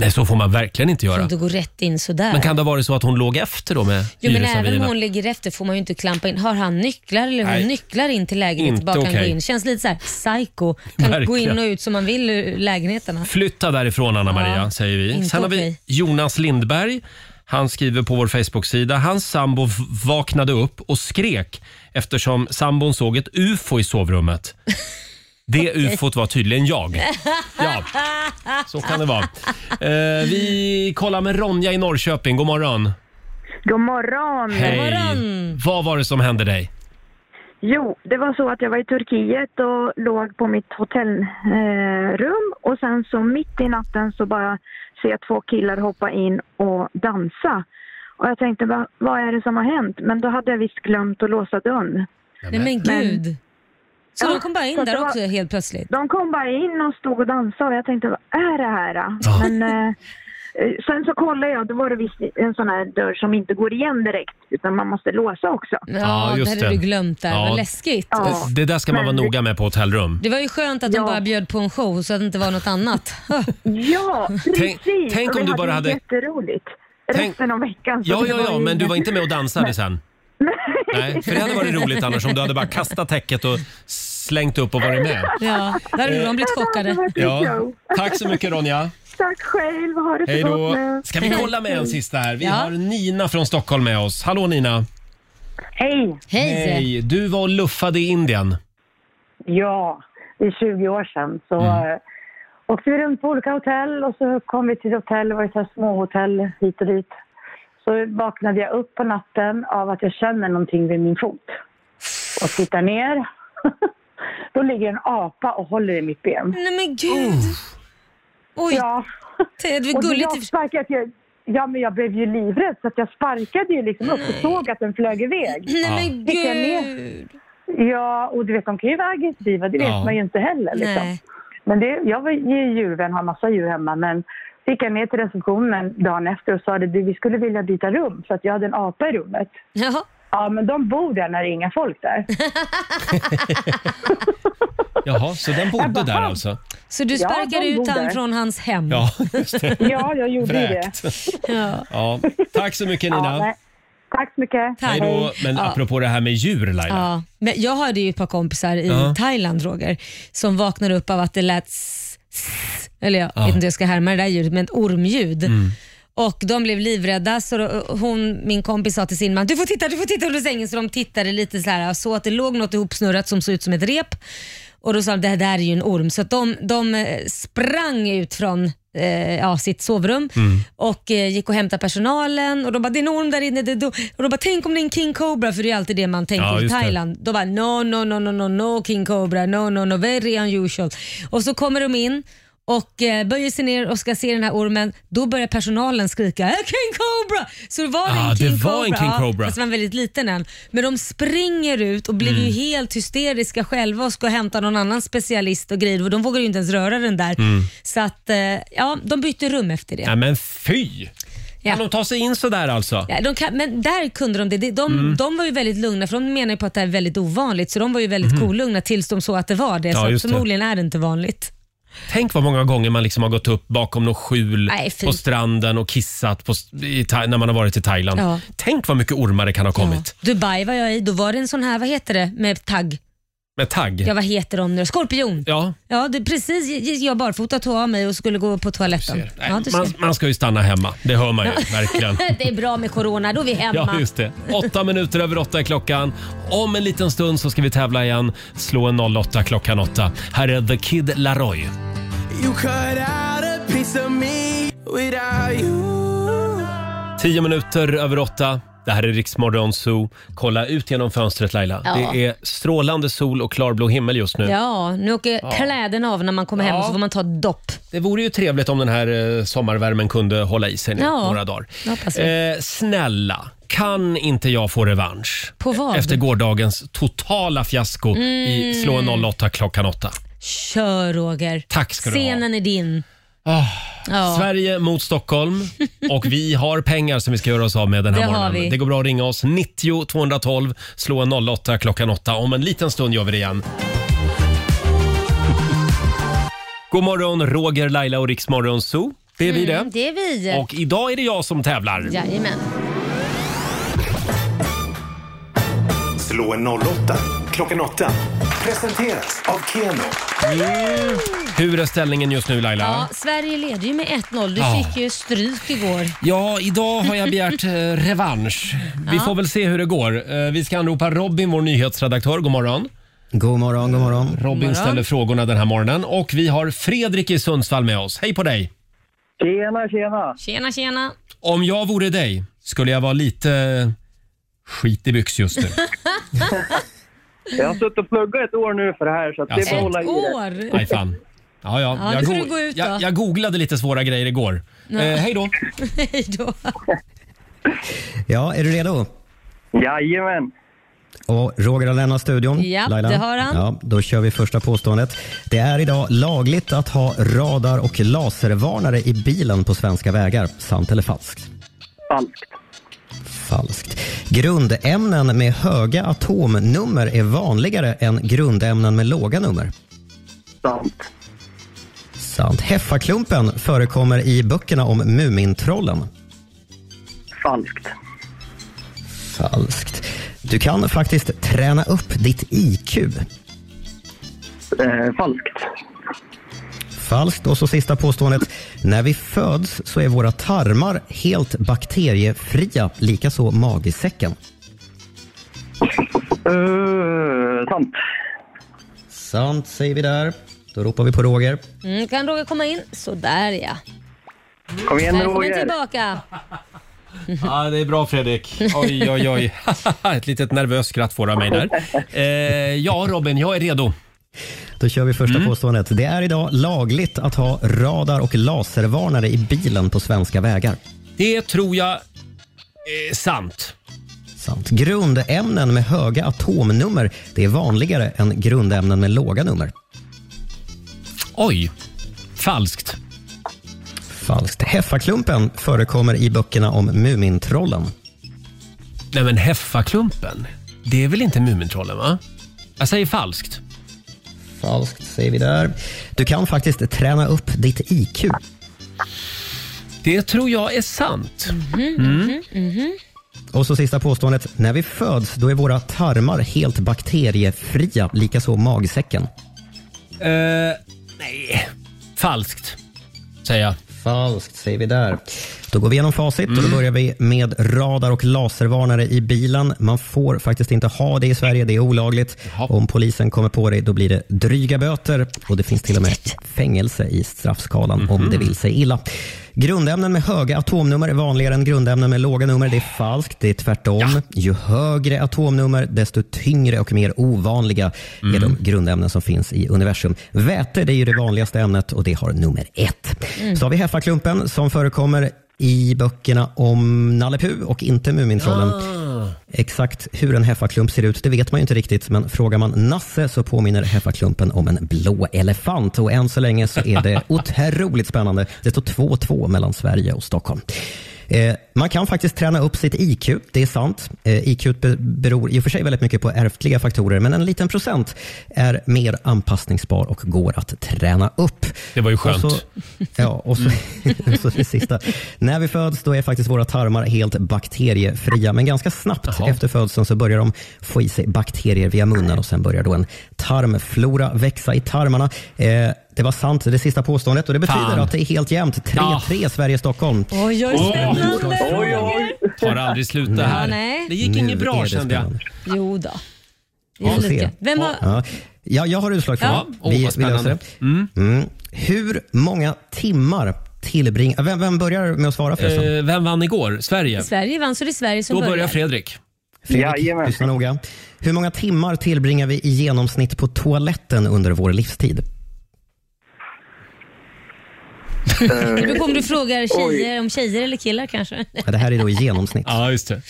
A: Nej, så får man verkligen inte
B: Får
A: göra.
B: inte gå rätt in sådär.
A: Men kan det ha varit så att hon låg efter då med
B: Jo, men även
A: hyresavierna?
B: om hon ligger efter får man ju inte klampa in. Har han nycklar eller hon
A: Nej.
B: nycklar in till lägenheten
A: Inte
B: bara kan gå
A: okej.
B: in? Känns lite så här psycho. Kan gå
A: Verkligen.
B: in och ut som man vill ur lägenheterna.
A: Flytta därifrån Anna-Maria,
B: Ja,
A: säger vi.
B: inte
A: Sen har vi
B: okej.
A: Jonas Lindberg. Han skriver på vår Facebook-sida. Hans sambo v- vaknade upp och skrek eftersom sambon såg ett ufo i sovrummet. Det ufot var tydligen jag. Ja, så kan det vara. Eh, vi kollar med Ronja i Norrköping. God morgon.
M: God morgon!
A: Vad var det som hände dig?
M: Jo, det var så att jag var i Turkiet och låg på mitt hotellrum eh, rum. och sen så mitt i natten så bara ser jag två killar hoppa in och dansa. Och jag tänkte, "Va- vad är det som har hänt? Men då hade jag visst glömt att låsa dörren.
B: Nej men gud. Så de kom bara in
M: så att
B: där
M: det var-
B: också helt plötsligt?
M: De kom bara in och stod och dansade och jag tänkte, vad är det här? då?" Men, eh, eh, sen så kollade jag, då var det visst en sån här dörr som inte går igen direkt utan man måste låsa också.
B: Ja, det hade du glömt där. Vad läskigt.
A: Det, det där ska man vara noga med på hotellrum.
B: Det var ju skönt att de bara bjöd på en show så att det inte var något annat.
M: ja,
A: Tänk-
M: precis.
A: tänk
M: Och
A: om
M: vi
A: du bara hade-
M: jätteroligt.
A: Tänk-
M: Resten av veckan. så
A: Ja,
M: det
A: ja,
M: var
A: ja,
M: ju-
A: men du var inte med och dansade sen? Nej, för det hade varit roligt annars om du hade bara kastat täcket och slängt upp och varit med.
B: Ja, där hade de blivit chockade.
A: Ja. Tack så mycket Ronja.
M: Tack själv. Ha det
A: Hej
M: så
A: då.
M: gott nu.
A: Ska vi kolla med en sista här? Vi
M: Ja.
A: har Nina från Stockholm med oss. Hallå Nina.
N: Hej!
A: Hej. Du var och luffade i Indien.
N: Ja, det är 20 år sedan. Så mm. åkte vi runt på olika hotell och så kom vi till ett hotell, det var ju så här små hotell hit och dit. Så vaknade jag upp på natten av att jag känner någonting vid min fot. Och tittar ner. Då ligger en apa och håller i mitt ben.
B: Nej men gud! Oj!
N: Ja.
B: Det var
N: Och då
B: gulligt.
N: Jag sparkade, ju- ja, men jag blev ju livrädd så att jag sparkade ju liksom upp och såg att den flög iväg.
B: Nej, men
N: Fick jag ner- Ja, och du vet de kan ju vara aggressiva, det vet
B: Ja.
N: man ju inte heller. Liksom.
B: Nej.
N: Men det, jag var ju djurvän, har massa djur hemma, men fick jag med till receptionen dagen efter och sa att vi skulle vilja byta rum för att jag hade en apa i rummet.
B: Jaha.
N: Ja, men de bor där när det är inga folk där.
A: Jaha, så den bodde där alltså?
B: Så du
N: Ja,
B: sparkar
N: de bor
B: ut han
N: där.
B: från hans hem?
A: Ja, just det.
N: Ja, jag gjorde ju det.
A: Vräkt. Ja, tack så mycket Nina.
N: Tack så mycket.
A: Hej då. Men
B: Ja.
A: apropå det här med djur Laila.
B: Ja, men jag hade ju ett par kompisar i
A: Ja.
B: Thailand, Roger, som vaknade upp av att det lät s- s- eller jag
K: Ja.
B: vet inte hur jag ska härma det där ljudet, men ett ormljud.
K: Mm.
B: Och De blev livrädda, så då, hon, min kompis sa till sin man du får titta, du får titta under sängen. Så de tittade lite så här, så att det låg något ihopsnurrat som såg ut som ett rep. Och Då sa de det här där är ju en orm. Så att de, de eh, sprang ut från eh, ja, sitt sovrum
K: Mm.
B: och eh, gick och hämtade personalen och de bara “det är en orm där inne”. Det, då, och de bara “tänk om det är en king cobra” för det är ju alltid det man tänker
K: Ja,
B: i
K: just det.
B: Thailand. De bara “no, no, no, no, no, no king cobra, no, no, no, very unusual”. Och så kommer de in och eh, böjer sig ner och ska se den här ormen. Då börjar personalen skrika "Eh, “King Cobra!” Så det var
A: Ah,
B: en King
A: det var en
B: Cobra.
A: king
B: Ja,
A: cobra.
B: fast det var en väldigt liten än. Men de springer ut och blir
A: Mm.
B: ju helt hysteriska själva och ska hämta någon annan specialist och grejer. Och De vågar ju inte ens röra den där.
A: Mm.
B: Så att, eh, ja, de bytte rum efter det.
A: Nej men fy!
B: Ja.
A: Kan de ta sig in sådär alltså?
B: Ja, de kan, men där kunde de det. De, de,
A: Mm.
B: de var ju väldigt lugna för de menar ju på att det här är väldigt ovanligt. Så de var ju väldigt
A: Mhm.
B: kolugna tills de såg att det var det.
A: Ja,
B: så att
A: just det.
B: förmodligen är det inte vanligt.
A: Tänk vad många gånger man liksom har gått upp bakom något skjul
B: Nej, fy.
A: på stranden och kissat på, i, Tha- när man har varit i Thailand.
B: Ja.
A: Tänk vad mycket ormar det kan ha kommit.
B: Dubai var jag i, då var det en sån här, vad heter det, med tagg.
A: Med tagg.
B: Ja, vad heter de nu? Skorpion.
A: Ja.
B: Ja, det, precis. Jag- Jag barfota tog av mig och skulle gå på toaletten.
A: Nej,
B: ja, du ser.
A: man, man ska ju stanna hemma, det hör man ju
B: Ja.
A: verkligen.
B: det är bra med corona, då är vi hemma.
A: Ja, just det. Åtta minuter över åtta är klockan. Om en liten stund så ska vi tävla igen. Slå en 08 klockan åtta. Här är The Kid Laroi.
G: You cut out a piece of me without you
A: Tio minuter över åtta. Det här är Riksmorgon Zoo. Kolla ut genom fönstret Laila.
B: Ja.
A: Det är strålande sol och klarblå himmel just nu.
B: Ja, nu åker
A: Ja.
B: kläderna av när man kommer hem och så får man ta ett dopp.
A: Det vore ju trevligt om den här eh, sommarvärmen kunde hålla i sig nu,
B: Ja.
A: några dagar.
B: Det hoppas vi.
A: Eh, snälla, kan inte jag få revansch?
B: På vad?
A: Efter gårdagens totala fiasko i
B: Mm.
A: Slå en 08 klockan åtta.
B: Kör Roger.
A: Tack ska du ha.
B: Scenen är din.
A: Ah,
B: Ja.
A: Sverige mot Stockholm och vi har pengar som vi ska göra oss av med den här
B: Det har
A: morgonen.
B: vi.
A: Det går bra att ringa oss. 90 212, slå en 08 klockan 8. Om en liten stund gör vi det igen. God morgon, Roger, Laila och Riksmorgon Zoo. Det är vi det.
B: Mm, det är vi.
A: Och idag är det jag som tävlar.
B: Jajamän.
C: Slå en 08 klockan 8. Presenteras av Keno.
A: Hur är ställningen just nu Laila?
B: Ja, Sverige leder ju med 1-0. Du
A: Ja.
B: fick ju stryk igår.
A: Ja, idag har jag begärt eh, revansch. Vi
B: Ja.
A: får väl se hur det går. Eh, vi ska anropa Robin, vår nyhetsredaktör. God morgon.
O: God morgon, god morgon.
A: Robin ställer frågorna den här morgonen. Och vi har Fredrik i Sundsvall med oss. Hej på dig!
P: Tjena, tjena.
B: Tjena, tjena.
A: Om jag vore dig skulle jag vara lite eh, skit i byx just nu.
P: Jag har suttit och pluggat ett år nu för det här så att det är
A: Jaså?
P: bara att hålla i
B: Ett
P: det.
B: år?
A: Nej, fan. Ja, ja.
B: Ja, nu får du gå ut då.
A: jag, jag googlade lite svåra grejer igår. Eh, hej då!
B: Hej då.
O: Ja, är du redo?
P: Jajamän.
O: Och Roger har lämnat studion.
B: Ja, det har han.
O: Ja, då kör vi första påståendet. Det är idag lagligt att ha radar och laservarnare i bilen på svenska vägar. Sant eller falskt?
P: Falskt.
O: Falskt. Grundämnen med höga atomnummer är vanligare än grundämnen med låga nummer.
P: Sant.
O: Sant. Heffaklumpen förekommer i böckerna om Mumintrollen.
P: Falskt.
O: Falskt. Du kan faktiskt träna upp ditt IQ.
P: Eh, falskt.
O: Falskt. Och så sista påståendet. När vi föds så är våra tarmar helt bakteriefria, likaså magsäcken.
P: Eh, sant.
O: Sant säger vi där. Då ropar vi på Roger.
B: Mm, kan Roger komma in? Sådär ja.
O: Kom igen,
B: Välkommen
O: Roger.
B: tillbaka.
A: Ja, det är bra Fredrik. Oj, oj, oj. Ett litet nervöst skratt får av mig där. Eh, ja, Robin, jag är redo.
O: Då kör vi första påståendet. Det är idag lagligt att ha radar och laservarnare i bilen på svenska vägar.
A: Det tror jag är sant.
O: Sant. Grundämnen med höga atomnummer det är vanligare än grundämnen med låga nummer.
A: Oj, falskt.
O: Falskt. Heffaklumpen förekommer i böckerna om Mumintrollen.
A: Nej men Heffaklumpen, det är väl inte Mumintrollen va? Jag säger falskt.
O: Falskt säger vi där. Du kan faktiskt träna upp ditt IQ.
A: Det tror jag är sant.
O: mhm, Och så sista påståendet. När vi föds då är våra tarmar helt bakteriefria, likaså magsäcken.
A: Eh, nej, falskt säger jag.
O: Falskt säger vi där. Då går vi igenom facit och då börjar vi med radar och laservarnare i bilen. Man får faktiskt inte ha det i Sverige, det är olagligt. Om polisen kommer på dig då blir det dryga böter och det finns till och med fängelse i straffskalan om
G: Mhm.
O: det vill sig illa. Grundämnen med höga atomnummer är vanligare än grundämnen med låga nummer. Det är falskt, det är tvärtom. Ju högre atomnummer, desto tyngre och mer ovanliga
G: Mm.
O: är de grundämnen som finns i universum. Väte det är ju det vanligaste ämnet och det har nummer ett.
G: Mm.
O: Så har vi heffaklumpen som förekommer i böckerna om Nalle Puh och inte Mumintrollen.
G: Ah.
O: Exakt hur en heffaklump ser ut, det vet man ju inte riktigt, men frågar man Nasse så påminner heffaklumpen om en blå elefant. Och än så länge så är det otroligt spännande. Det står 2-2 mellan Sverige och Stockholm. Eh, man kan faktiskt träna upp sitt IQ, det är sant. Eh, IQ be- beror i och för sig väldigt mycket på ärftliga faktorer, men en liten procent är mer anpassningsbar och går att träna upp.
A: Det var ju skönt.
O: Och så, ja, och så, och så det sista. När vi föds då är faktiskt våra tarmar helt bakteriefria, men ganska snabbt efter födseln så börjar de få i sig bakterier via munnen och sen börjar då en tarmflora växa i tarmarna. Eh, det var sant, det sista påståendet och det betyder
A: Fan.
O: att det är helt jämnt. 3-3 Sverige-Stockholm.
B: Oj, oj, spännande. Oj, oj.
A: Tar aldrig slut det här.
B: Ja, nej.
A: Det gick
O: Nu
A: inget
O: är
A: bra
O: det
A: kände jag.
B: Jo då.
O: Vi får
B: Ja,
O: se.
B: lite. Vem har...
O: Ja. Ja, jag har utslag för
B: Ja.
O: mig.
B: Åh,
O: vi,
B: vad
O: vi löser
A: spännande.
O: det. Mm. Hur många timmar tillbringar... Vem, vem börjar med att svara förresten?
A: Eh, vem vann igår? Sverige.
B: Sverige vann, så det är Sverige som
A: Då börjar Fredrik.
O: Fredrik, lyssna noga. Hur många timmar tillbringar vi i genomsnitt på toaletten under vår livstid?
B: Det beror på om du frågar tjejer, om tjejer eller killar kanske.
O: Ja, det här är då i genomsnitt.
A: ja, just det.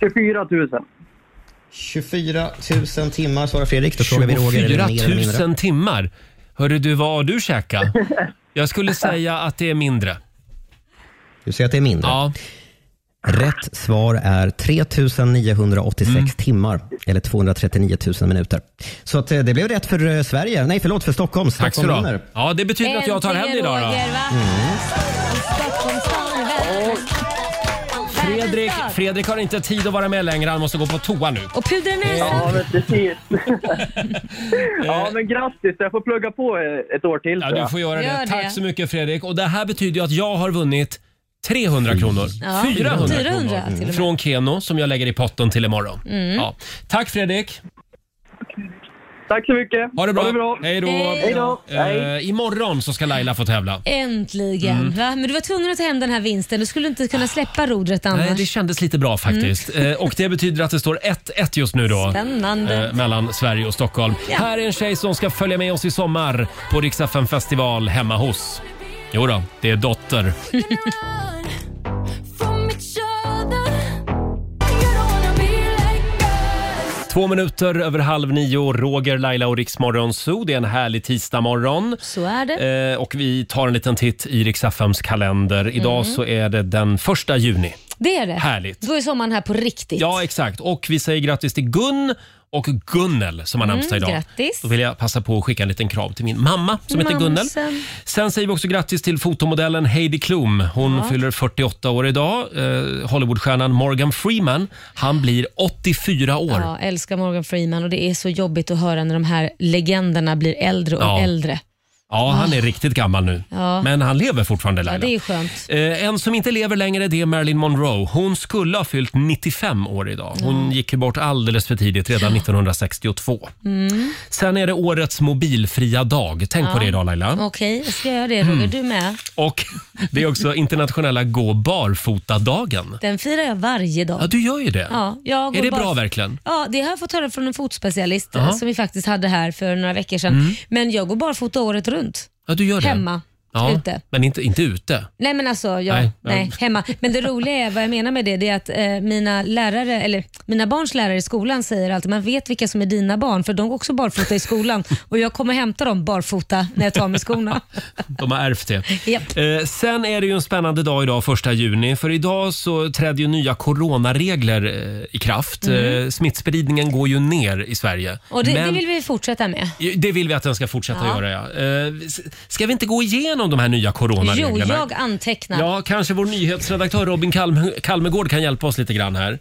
O: 24 000. 24 000 timmar svarar Fredrik. Då frågar vi Roger. är
A: 24
O: det mer eller
A: 000
O: mindre?
A: timmar. Hörru du, vad har du käkat? Jag skulle säga att det är mindre.
O: Du säger att det är mindre.
A: Ja.
O: Rätt svar är 3 986
A: Mm.
O: timmar, eller 239 000 minuter. Så att, eh, det blev rätt för eh, Sverige. Nej, förlåt, för Stockholm.
A: Tack så
O: Stockholm
A: du
O: vinner.
A: ha. Ja, det betyder att jag tar hem det idag då. Mm.
B: Äntligen, Roger, va? Stockholmsstaden, världens-
A: Fredrik, Fredrik har inte tid att vara med längre. Han måste gå på toa nu.
B: Och pudra
P: Ja,
B: näsan.
P: men precis. ja, men grattis. Jag får plugga på ett år till.
A: Ja,
P: tror
A: du
P: jag.
A: får göra det.
B: Gör det.
A: Tack så mycket Fredrik. Och det här betyder ju att jag har vunnit 300 kronor.
B: Ja,
A: 400,
B: 400
A: kronor.
B: till och med.
A: Från Keno som jag lägger i potten till imorgon.
B: Mm.
A: Ja. Tack Fredrik.
P: Tack så mycket.
A: Ha det bra.
P: Ha det bra.
A: Hej då.
B: Hej då.
A: Eh, imorgon så ska Laila få tävla.
B: Äntligen.
A: Mm.
B: Va? Men du var tvungen att ta hem den här vinsten. Du skulle inte kunna släppa rodret annars. Mm.
A: Nej, det kändes lite bra faktiskt. Eh, och det betyder att det står 1-1 just nu då.
B: Spännande.
A: Eh, mellan Sverige och Stockholm.
B: Ja.
A: Här är en tjej som ska följa med oss i sommar på Rix FM festival hemma hos. Jo då, det är Dotter. Två minuter över halv nio, Roger, Laila och Riksmorgon Zoo. Det är en härlig tisdagmorgon.
B: Så är det.
A: Eh, och vi tar en liten titt i Rix FMs kalender. Idag
B: Mm.
A: så är det den första juni.
B: Det är det.
A: Härligt.
B: Då är sommaren här på riktigt.
A: Ja, exakt. Och vi säger grattis till Gun och Gunnel som har
B: Mm,
A: namnsdag idag.
B: grattis.
A: Då vill jag passa på att skicka en liten krav till min mamma som heter Gunnel.
B: Mamsen.
A: Sen säger vi också grattis till fotomodellen Heidi Klum. Hon
B: Ja.
A: fyller 48 år idag. Eh, Hollywoodstjärnan Morgan Freeman, han blir 84 år.
B: Ja, älskar Morgan Freeman och det är så jobbigt att höra när de här legenderna blir äldre och
A: Ja.
B: äldre.
A: Ja, han är riktigt gammal nu.
B: Ah. Ja.
A: Men han lever fortfarande
B: Ja,
A: Laila.
B: det är skönt.
A: Eh, En som inte lever längre det är Marilyn Monroe. Hon skulle ha fyllt 95 år idag. Hon
B: Ja.
A: gick ju bort alldeles för tidigt redan 1962.
B: Mm.
A: Sen är det årets mobilfria dag. Tänk på
B: Ja.
A: det idag Laila.
B: Okej, jag ska göra det Roger.
A: Mm.
B: Du med?
A: Och det är också internationella gå barfota-dagen.
B: Den firar jag varje dag.
A: Ja, du gör ju det.
B: Ja, jag går
A: är det
B: bara-
A: bra verkligen?
B: Ja, det har jag fått höra från en fotspecialist eh,
A: Jaha.
B: som vi faktiskt hade här för några veckor sedan.
A: Mm.
B: Men jag går barfota året runt.
A: Ja, du gör det.
B: Hemma.
A: Ja,
B: ute.
A: Men inte, inte ute.
B: Nej men alltså, ja,
A: Nej,
B: nej,
A: ja.
B: hemma. Men det roliga är, vad jag menar med det, det är att eh, mina lärare, eller mina barns lärare i skolan säger alltid, man vet vilka som är dina barn för de går också barfota i skolan och jag kommer hämta dem barfota när jag tar av mig skorna.
A: De har ärvt det.
B: Japp.
A: Eh, sen är det ju en spännande dag idag, första juni. För idag så trädde ju nya coronaregler eh, i kraft.
B: Mm.
A: Eh, smittspridningen går ju ner i Sverige.
B: Och det, det
A: Men-
B: vill vi fortsätta med.
A: det vill vi att den ska fortsätta
B: Ja.
A: göra, ja. Eh, s- Ska vi inte gå igenom de här nya
B: Jo,
A: coronareglerna?
B: jag antecknar.
A: Ja, kanske vår nyhetsredaktör Robin Kalm- Kalmegård kan hjälpa oss lite grann här.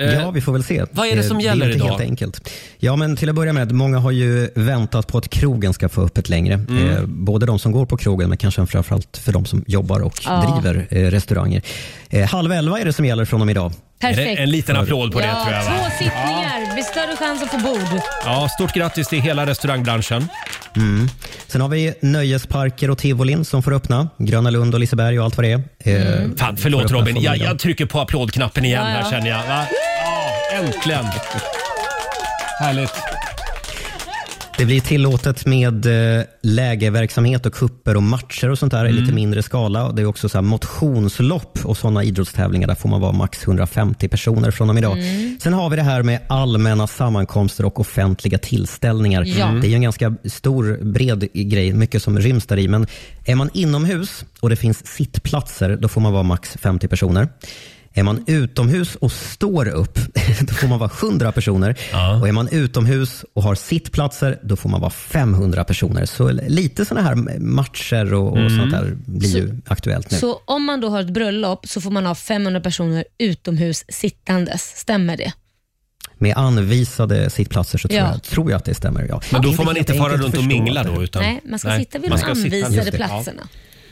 A: Eh,
O: Ja, vi får väl se.
A: Vad är det
O: Eh,
A: som gäller
O: det är inte
A: idag?
O: Helt enkelt. Ja, men till att börja med, många har ju väntat på att krogen ska få öppet längre.
A: Mm.
O: Eh, både de som går på krogen, men kanske framförallt för de som jobbar och
B: Ja.
O: driver eh, restauranger. Eh, halv elva är det som gäller från och med idag.
B: Perfekt. ja,
A: det, tror jag, va?
B: Två sittningar, blir större chans att få bord.
A: Ja, stort grattis till hela restaurangbranschen.
O: Mm. Sen har vi nöjesparker och tivolin som får öppna. Gröna Lund och Liseberg och allt vad det är. Eh,
A: Fan, förlåt
O: öppna
A: Robin,
O: från
A: jag,
O: idag.
A: jag trycker på applådknappen igen
O: Ja, ja.
A: här känner jag. Va? Ja, äntligen! Härligt.
O: Det blir tillåtet med eh, lägerverksamhet och kupper och matcher och sånt där i lite mindre skala. Det är också så här motionslopp och sådana idrottstävlingar. Där får man vara max 150 personer från och med idag. Sen har vi det här med allmänna sammankomster och offentliga tillställningar.
K: Ja.
O: Det är ju en ganska stor, bred grej, mycket som ryms där i. Men är man inomhus och det finns sittplatser, då får man vara max 50 personer. Är man utomhus och står upp, då får man vara 100 personer. Och är man utomhus och har sittplatser, då får man vara 500 personer. Så lite sådana här matcher och, och
A: Mm.
O: sånt där blir ju aktuellt nu.
B: Så om man då har ett bröllop så får man ha 500 personer utomhus sittandes. Stämmer det?
O: Med anvisade sittplatser så tror,
B: Ja.
O: jag, tror jag att det stämmer. Ja.
A: Men
O: Det
A: då
O: är
A: får man
O: helt
A: inte fara
O: enkelt
A: runt och
O: förstå
A: mingla
O: att det-
A: då? Utan,
B: Nej, man ska sitta vid de
A: man ska sitta-
B: anvisade
O: Just det.
B: platserna.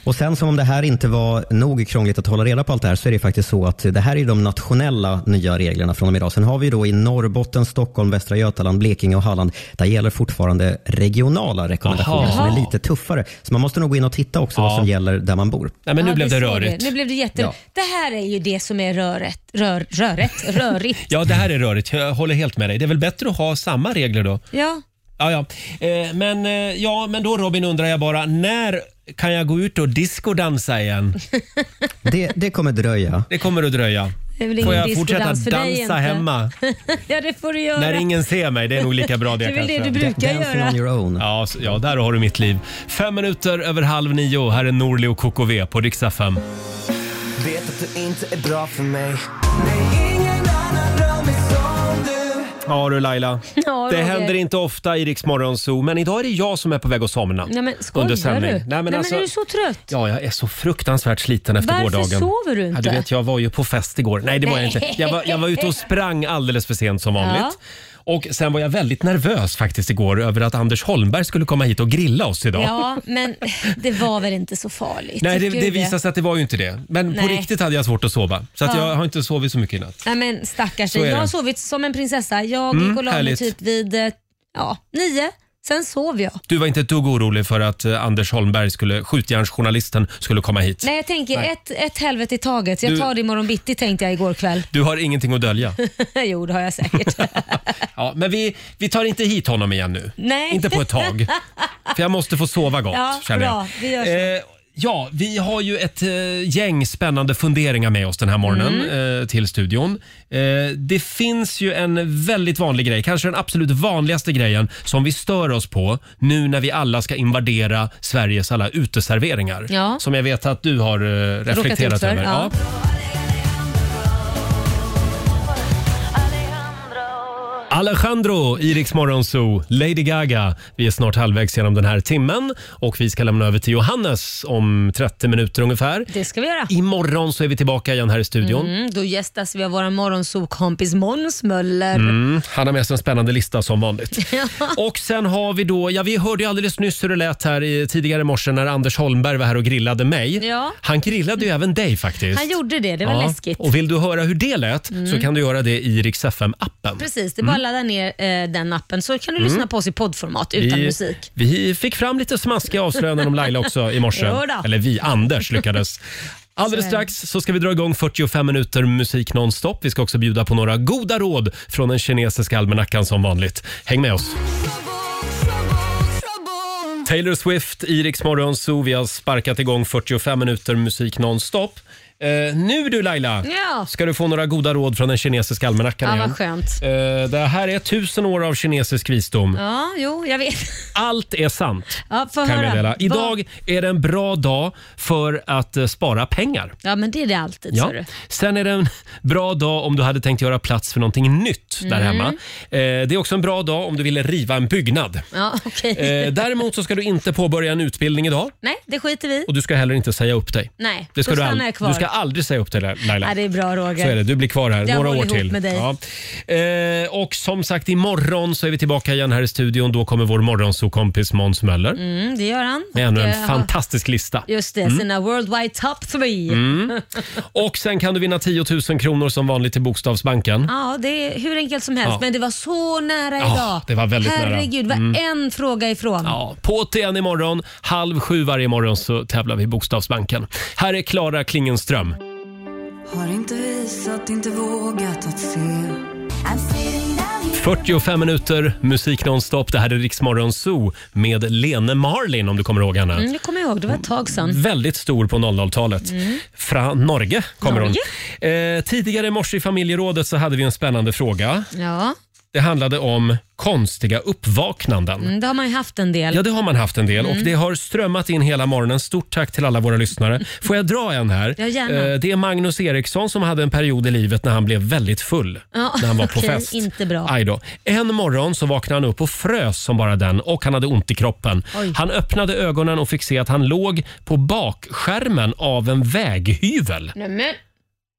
O: Och sen som om det här inte var nog krångligt att hålla reda på allt det här så är det faktiskt så att det här är de nationella nya reglerna från och med idag. Sen har vi då i Norrbotten, Stockholm, Västra Götaland, Blekinge och Halland. Där gäller fortfarande regionala rekommendationer
A: Aha.
O: som är lite tuffare. Så man måste nog gå in och titta också vad som gäller där man bor.
A: Nej, men nu
B: Ja,
A: blev
B: du
A: det
B: ser
A: rörigt.
B: Nu blev det jätte...
O: Ja.
B: Det här är ju det som är röret, rör, röret, rörigt.
A: Ja, det här är rörigt. Jag håller helt med dig. Det är väl bättre att ha samma regler då?
B: Ja.
A: Ja, ja. Eh, men, eh, ja, men då Robin undrar jag bara, när kan jag gå ut och discodansa igen?
O: Det, det kommer dröja.
A: Det kommer att dröja.
B: Det är väl
A: Får
B: ingen
A: jag fortsätta
B: discodans för dig
A: dansa
B: inte?
A: hemma?
B: ja, det får du göra.
A: När ingen ser mig, det är nog lika bra
B: Det
A: det,
B: är väl det
A: kanske.
B: du brukar Dancing göra. on your
A: Ja, så- ja, där har du mitt liv. Fem minuter över halv nio. Här är Norli och KKV på riksdag 5.
K: Vet att du inte är bra för mig.
A: Ja du Laila,
B: Ja,
A: det
B: Roger.
A: händer inte ofta i Rix Morgonzoo, men idag är det jag som är på väg att somna.
B: Nej, men skojar
A: under
B: du?
A: sändning.
B: Nej, men,
A: alltså-
B: är du så trött?
A: Ja, jag är så fruktansvärt sliten efter
B: Varför
A: gårdagen.
B: sover du inte?
A: Ja, du vet, jag var ju på fest igår. Nej, det var jag
B: Nej.
A: inte. Jag var, jag var ute och sprang alldeles för sent som vanligt.
B: Ja.
A: Och sen var jag väldigt nervös faktiskt igår över att Anders Holmberg skulle komma hit och grilla oss idag.
B: Ja, men det var väl inte så farligt?
A: Nej, det,
B: tycker
A: det
B: du
A: visade sig att det var ju inte det. Men på
B: Nej.
A: riktigt hade jag svårt att sova. Så att
B: Ja.
A: jag har inte sovit så mycket i natt.
B: Nej men stackars
A: Så är
B: dig. Jag
A: det.
B: har sovit som en prinsessa. Jag
A: Mm,
B: gick och la mig
A: härligt.
B: typ vid eh, ja, nio, sen sov jag.
A: Du var inte ett dugg orolig för att eh, Anders Holmberg, skulle, skjutjärnsjournalisten, skulle komma hit?
B: Nej jag tänker
A: Nej.
B: Ett, ett helvete i taget. Jag
A: Du-
B: tar det imorgon bitti tänkte jag igår kväll.
A: Du har ingenting att dölja.
B: jo det har jag säkert.
A: Ja, men vi, vi tar inte hit honom igen nu.
B: Nej.
A: Inte på ett tag. För jag måste få sova gott,
B: Ja,
A: känner jag.
B: bra. Vi gör så.
A: Eh, ja, vi har ju ett eh, gäng spännande funderingar med oss den här morgonen
B: Mm.
A: eh, till studion. Eh, det finns ju en väldigt vanlig grej, kanske den absolut vanligaste grejen som vi stör oss på nu när vi alla ska invadera Sveriges alla uteserveringar.
B: Ja.
A: Som jag vet att du har eh,
B: Råkat ut
A: reflekterat
B: för,
A: över.
B: ja.
A: Alejandro, Iriks morgonzoo, Lady Gaga. Vi är snart halvvägs genom den här timmen och vi ska lämna över till Johannes om 30 minuter ungefär.
B: Det ska vi göra.
A: Imorgon så är vi tillbaka igen här i studion. Mm.
B: Mm, då gästas vi av vår morgonsokompis Måns Möller.
A: Mm, han har med sig en spännande lista som vanligt. Och sen har vi då, ja vi hörde ju alldeles nyss hur det lät här i, tidigare i morse när Anders Holmberg var här och grillade mig.
B: Ja.
A: Han grillade ju även dig faktiskt.
B: Han gjorde det, det var
A: Ja,
B: läskigt.
A: Och vill du höra hur det lät
B: Mm.
A: så kan du göra det i Rix FM-appen.
B: Precis, det är bara att ladda ner eh, den appen så kan du
A: Mm.
B: lyssna på oss i poddformat utan
A: vi,
B: musik.
A: Vi fick fram lite smaskiga avslöjanden om Laila också i morse.
B: Jo då.
A: Eller vi, Anders lyckades. Alldeles
B: Så är det.
A: strax så ska vi dra igång 45 minuter musik nonstop. Vi ska också bjuda på några goda råd från den kinesiska almanackan som vanligt. Häng med oss! Taylor Swift i Rix Morgon Zoo. Vi har sparkat igång 45 minuter musik nonstop. Eh, nu du Laila,
B: Ja.
A: ska du få några goda råd från den kinesiska almanackan
B: Ja,
A: igen.
B: vad skönt.
A: Eh, det här är tusen år av kinesisk visdom.
B: Ja, jo, jag vet.
A: Allt är sant.
B: Ja, får
A: Kan jag
B: höra.
A: meddela.
B: Vad-
A: Idag är det en bra dag för att eh, spara pengar.
B: Ja, men det är det alltid.
A: Ja.
B: sa du.
A: Sen är det en bra dag om du hade tänkt göra plats för någonting nytt där
B: Mm.
A: hemma. Eh, det är också en bra dag om du ville riva en byggnad.
B: Ja, okej.
A: Eh, däremot så ska du inte påbörja en utbildning idag
B: Nej, det skiter vi i.
A: och du ska heller inte säga upp dig.
B: Nej,
A: Det ska
B: då
A: du,
B: stannar
A: ald-
B: jag kvar.
A: du ska aldrig säga upp dig Laila.
B: Nej, det är bra Roger.
A: Så är det, du blir kvar här
B: Jag
A: några
B: håller
A: år
B: ihop
A: till.
B: med dig.
A: Ja. Eh, och som sagt, imorgon så är vi tillbaka igen här i studion. Då kommer vår morgonsokompis Måns Möller
B: Mm, det gör han.
A: med ännu
B: Och,
A: en
B: eh,
A: fantastisk lista.
B: Just det,
A: Mm.
B: sina Worldwide Top 3.
A: Mm. Och sen kan du vinna 10 000 kronor som vanligt till Bokstavsbanken.
B: Ja, det är hur enkelt som helst,
A: Ja.
B: men det var så nära
A: Ja,
B: idag.
A: det var väldigt nära.
B: Herregud, det var
A: Mm.
B: en fråga ifrån.
A: Ja, på åt igen imorgon. Halv sju varje morgon så tävlar vi i Bokstavsbanken. Här är Klara Klingenström.
Q: Har inte visat, inte vågat att se
B: Mm,
A: 45 minuter musik nonstop. Det här är Riksmorgon Zoo med Lene Marlin om du kommer ihåg henne.
B: Mm, jag kommer ihåg, det var ett tag sedan.
A: Väldigt stor på 00-talet.
B: Mm.
A: Från Norge kommer hon. Eh, tidigare i morse i familjerådet så hade vi en spännande fråga.
B: Ja,
A: Det handlade om konstiga uppvaknanden.
B: mm, det har man ju haft en del.
A: Ja, det har man haft en del
B: Mm.
A: och det har strömmat in hela morgonen. Stort tack till alla våra lyssnare. Får jag dra en här?
B: Ja, gärna.
A: Eh, Det är Magnus Eriksson som hade en period i livet när han blev väldigt full.
B: Ja,
A: när han var på
B: okej,
A: fest.
B: Inte bra.
A: Aj då. En morgon så vaknade han upp och frös som bara den och han hade ont i kroppen.
B: Oj.
A: Han öppnade ögonen och fick se att han låg på bakskärmen av en väghyvel.
B: Nämen.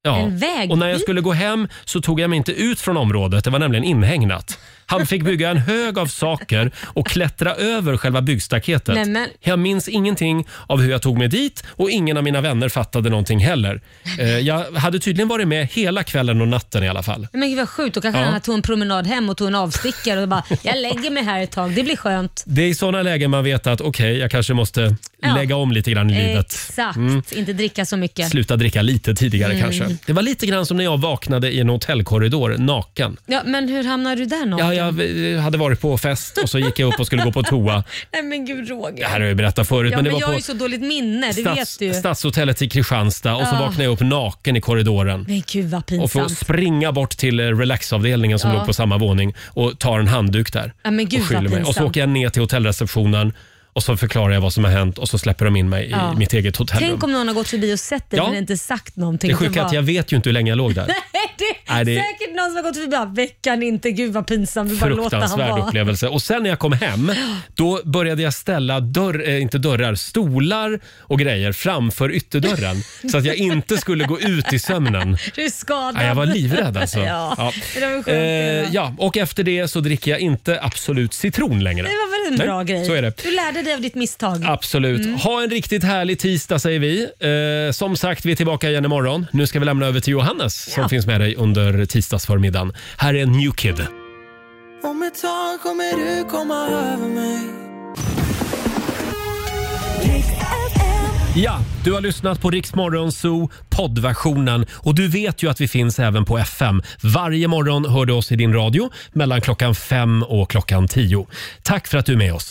A: Ja.
B: En väghyvel?
A: Och när jag skulle gå hem så tog jag mig inte ut från området. Det var nämligen inhägnat. Han fick bygga en hög av saker och klättra över själva byggstaketet.
B: Nämen.
A: Jag minns ingenting av hur jag tog mig dit och ingen av mina vänner fattade någonting heller. Eh, Jag hade tydligen varit med hela kvällen och natten i alla fall.
B: Men gud vad sjukt, då kanske
A: Ja.
B: han tog en promenad hem och tog en avstickare och bara, jag lägger mig här ett tag, det blir skönt.
A: Det är i såna lägen man vet att okej, jag kanske måste
B: Ja.
A: lägga om lite grann i livet.
B: Exakt,
A: Mm.
B: inte dricka så mycket.
A: Sluta dricka lite tidigare
B: Mm.
A: kanske. Det var lite grann som när jag vaknade i en hotellkorridor naken.
B: Ja, men hur hamnar du där någon?
A: Ja, jag eh, hade varit på fest och så gick jag upp och skulle gå på toa.
B: Nej men gud Roger.
A: Det här har jag ju berättat förut,
B: ja, men
A: men det var
B: jag har
A: på
B: ju så dåligt minne, det
A: stads,
B: vet du ju.
A: Stadshotellet i Kristianstad och så
B: Ah.
A: vaknade jag upp naken i korridoren.
B: Men gud vad
A: Och får
B: pinsamt.
A: springa bort till eh, relaxavdelningen som
B: Ja.
A: låg på samma våning och tar en handduk där.
B: Ja, men gud,
A: och
B: vad
A: skyller mig. Och så
B: pinsamt.
A: åker jag ner till hotellreceptionen och så förklarar jag vad som har hänt och så släpper de in mig
B: Ja.
A: i mitt eget hotellrum.
B: Tänk om någon har gått förbi och sett dig
A: Ja.
B: men inte sagt någonting.
A: det
B: Det
A: sjuka är att
B: bara-
A: jag vet ju inte hur länge jag låg där.
B: Nej, det är
A: Nej, det är-
B: säkert någon som har gått förbi och bara, veckan inte, gud vad pinsamt. Vi bara låter han
A: Fruktansvärd
B: vara.
A: upplevelse. Och sen när jag kom hem, då började jag ställa dörr, eh, inte dörrar, stolar och grejer framför ytterdörren. så att jag inte skulle gå ut i sömnen.
B: Du är skadad.
A: Ja, jag var livrädd alltså.
B: ja.
A: Ja.
B: Det var väl skönt. det
A: Eh,
B: var.
A: ja, och efter det så dricker jag inte Absolut citron längre.
B: Det var väl en
A: Nej,
B: bra grej.
A: Så är det.
B: Du lärde dig av ditt misstag.
A: Absolut.
B: Mm.
A: Ha en riktigt härlig tisdag säger vi. Eh, som sagt, vi är tillbaka igen imorgon. Nu ska vi lämna över till Johannes som finns med dig under tisdagsförmiddagen. Här är New Kid.
K: Om ett tag kommer du komma över mig
A: Ja, du har lyssnat på Riksmorgon Zoo poddversionen och du vet ju att vi finns även på FM. Varje morgon hör du oss i din radio mellan klockan fem och klockan tio. Tack för att du är med oss.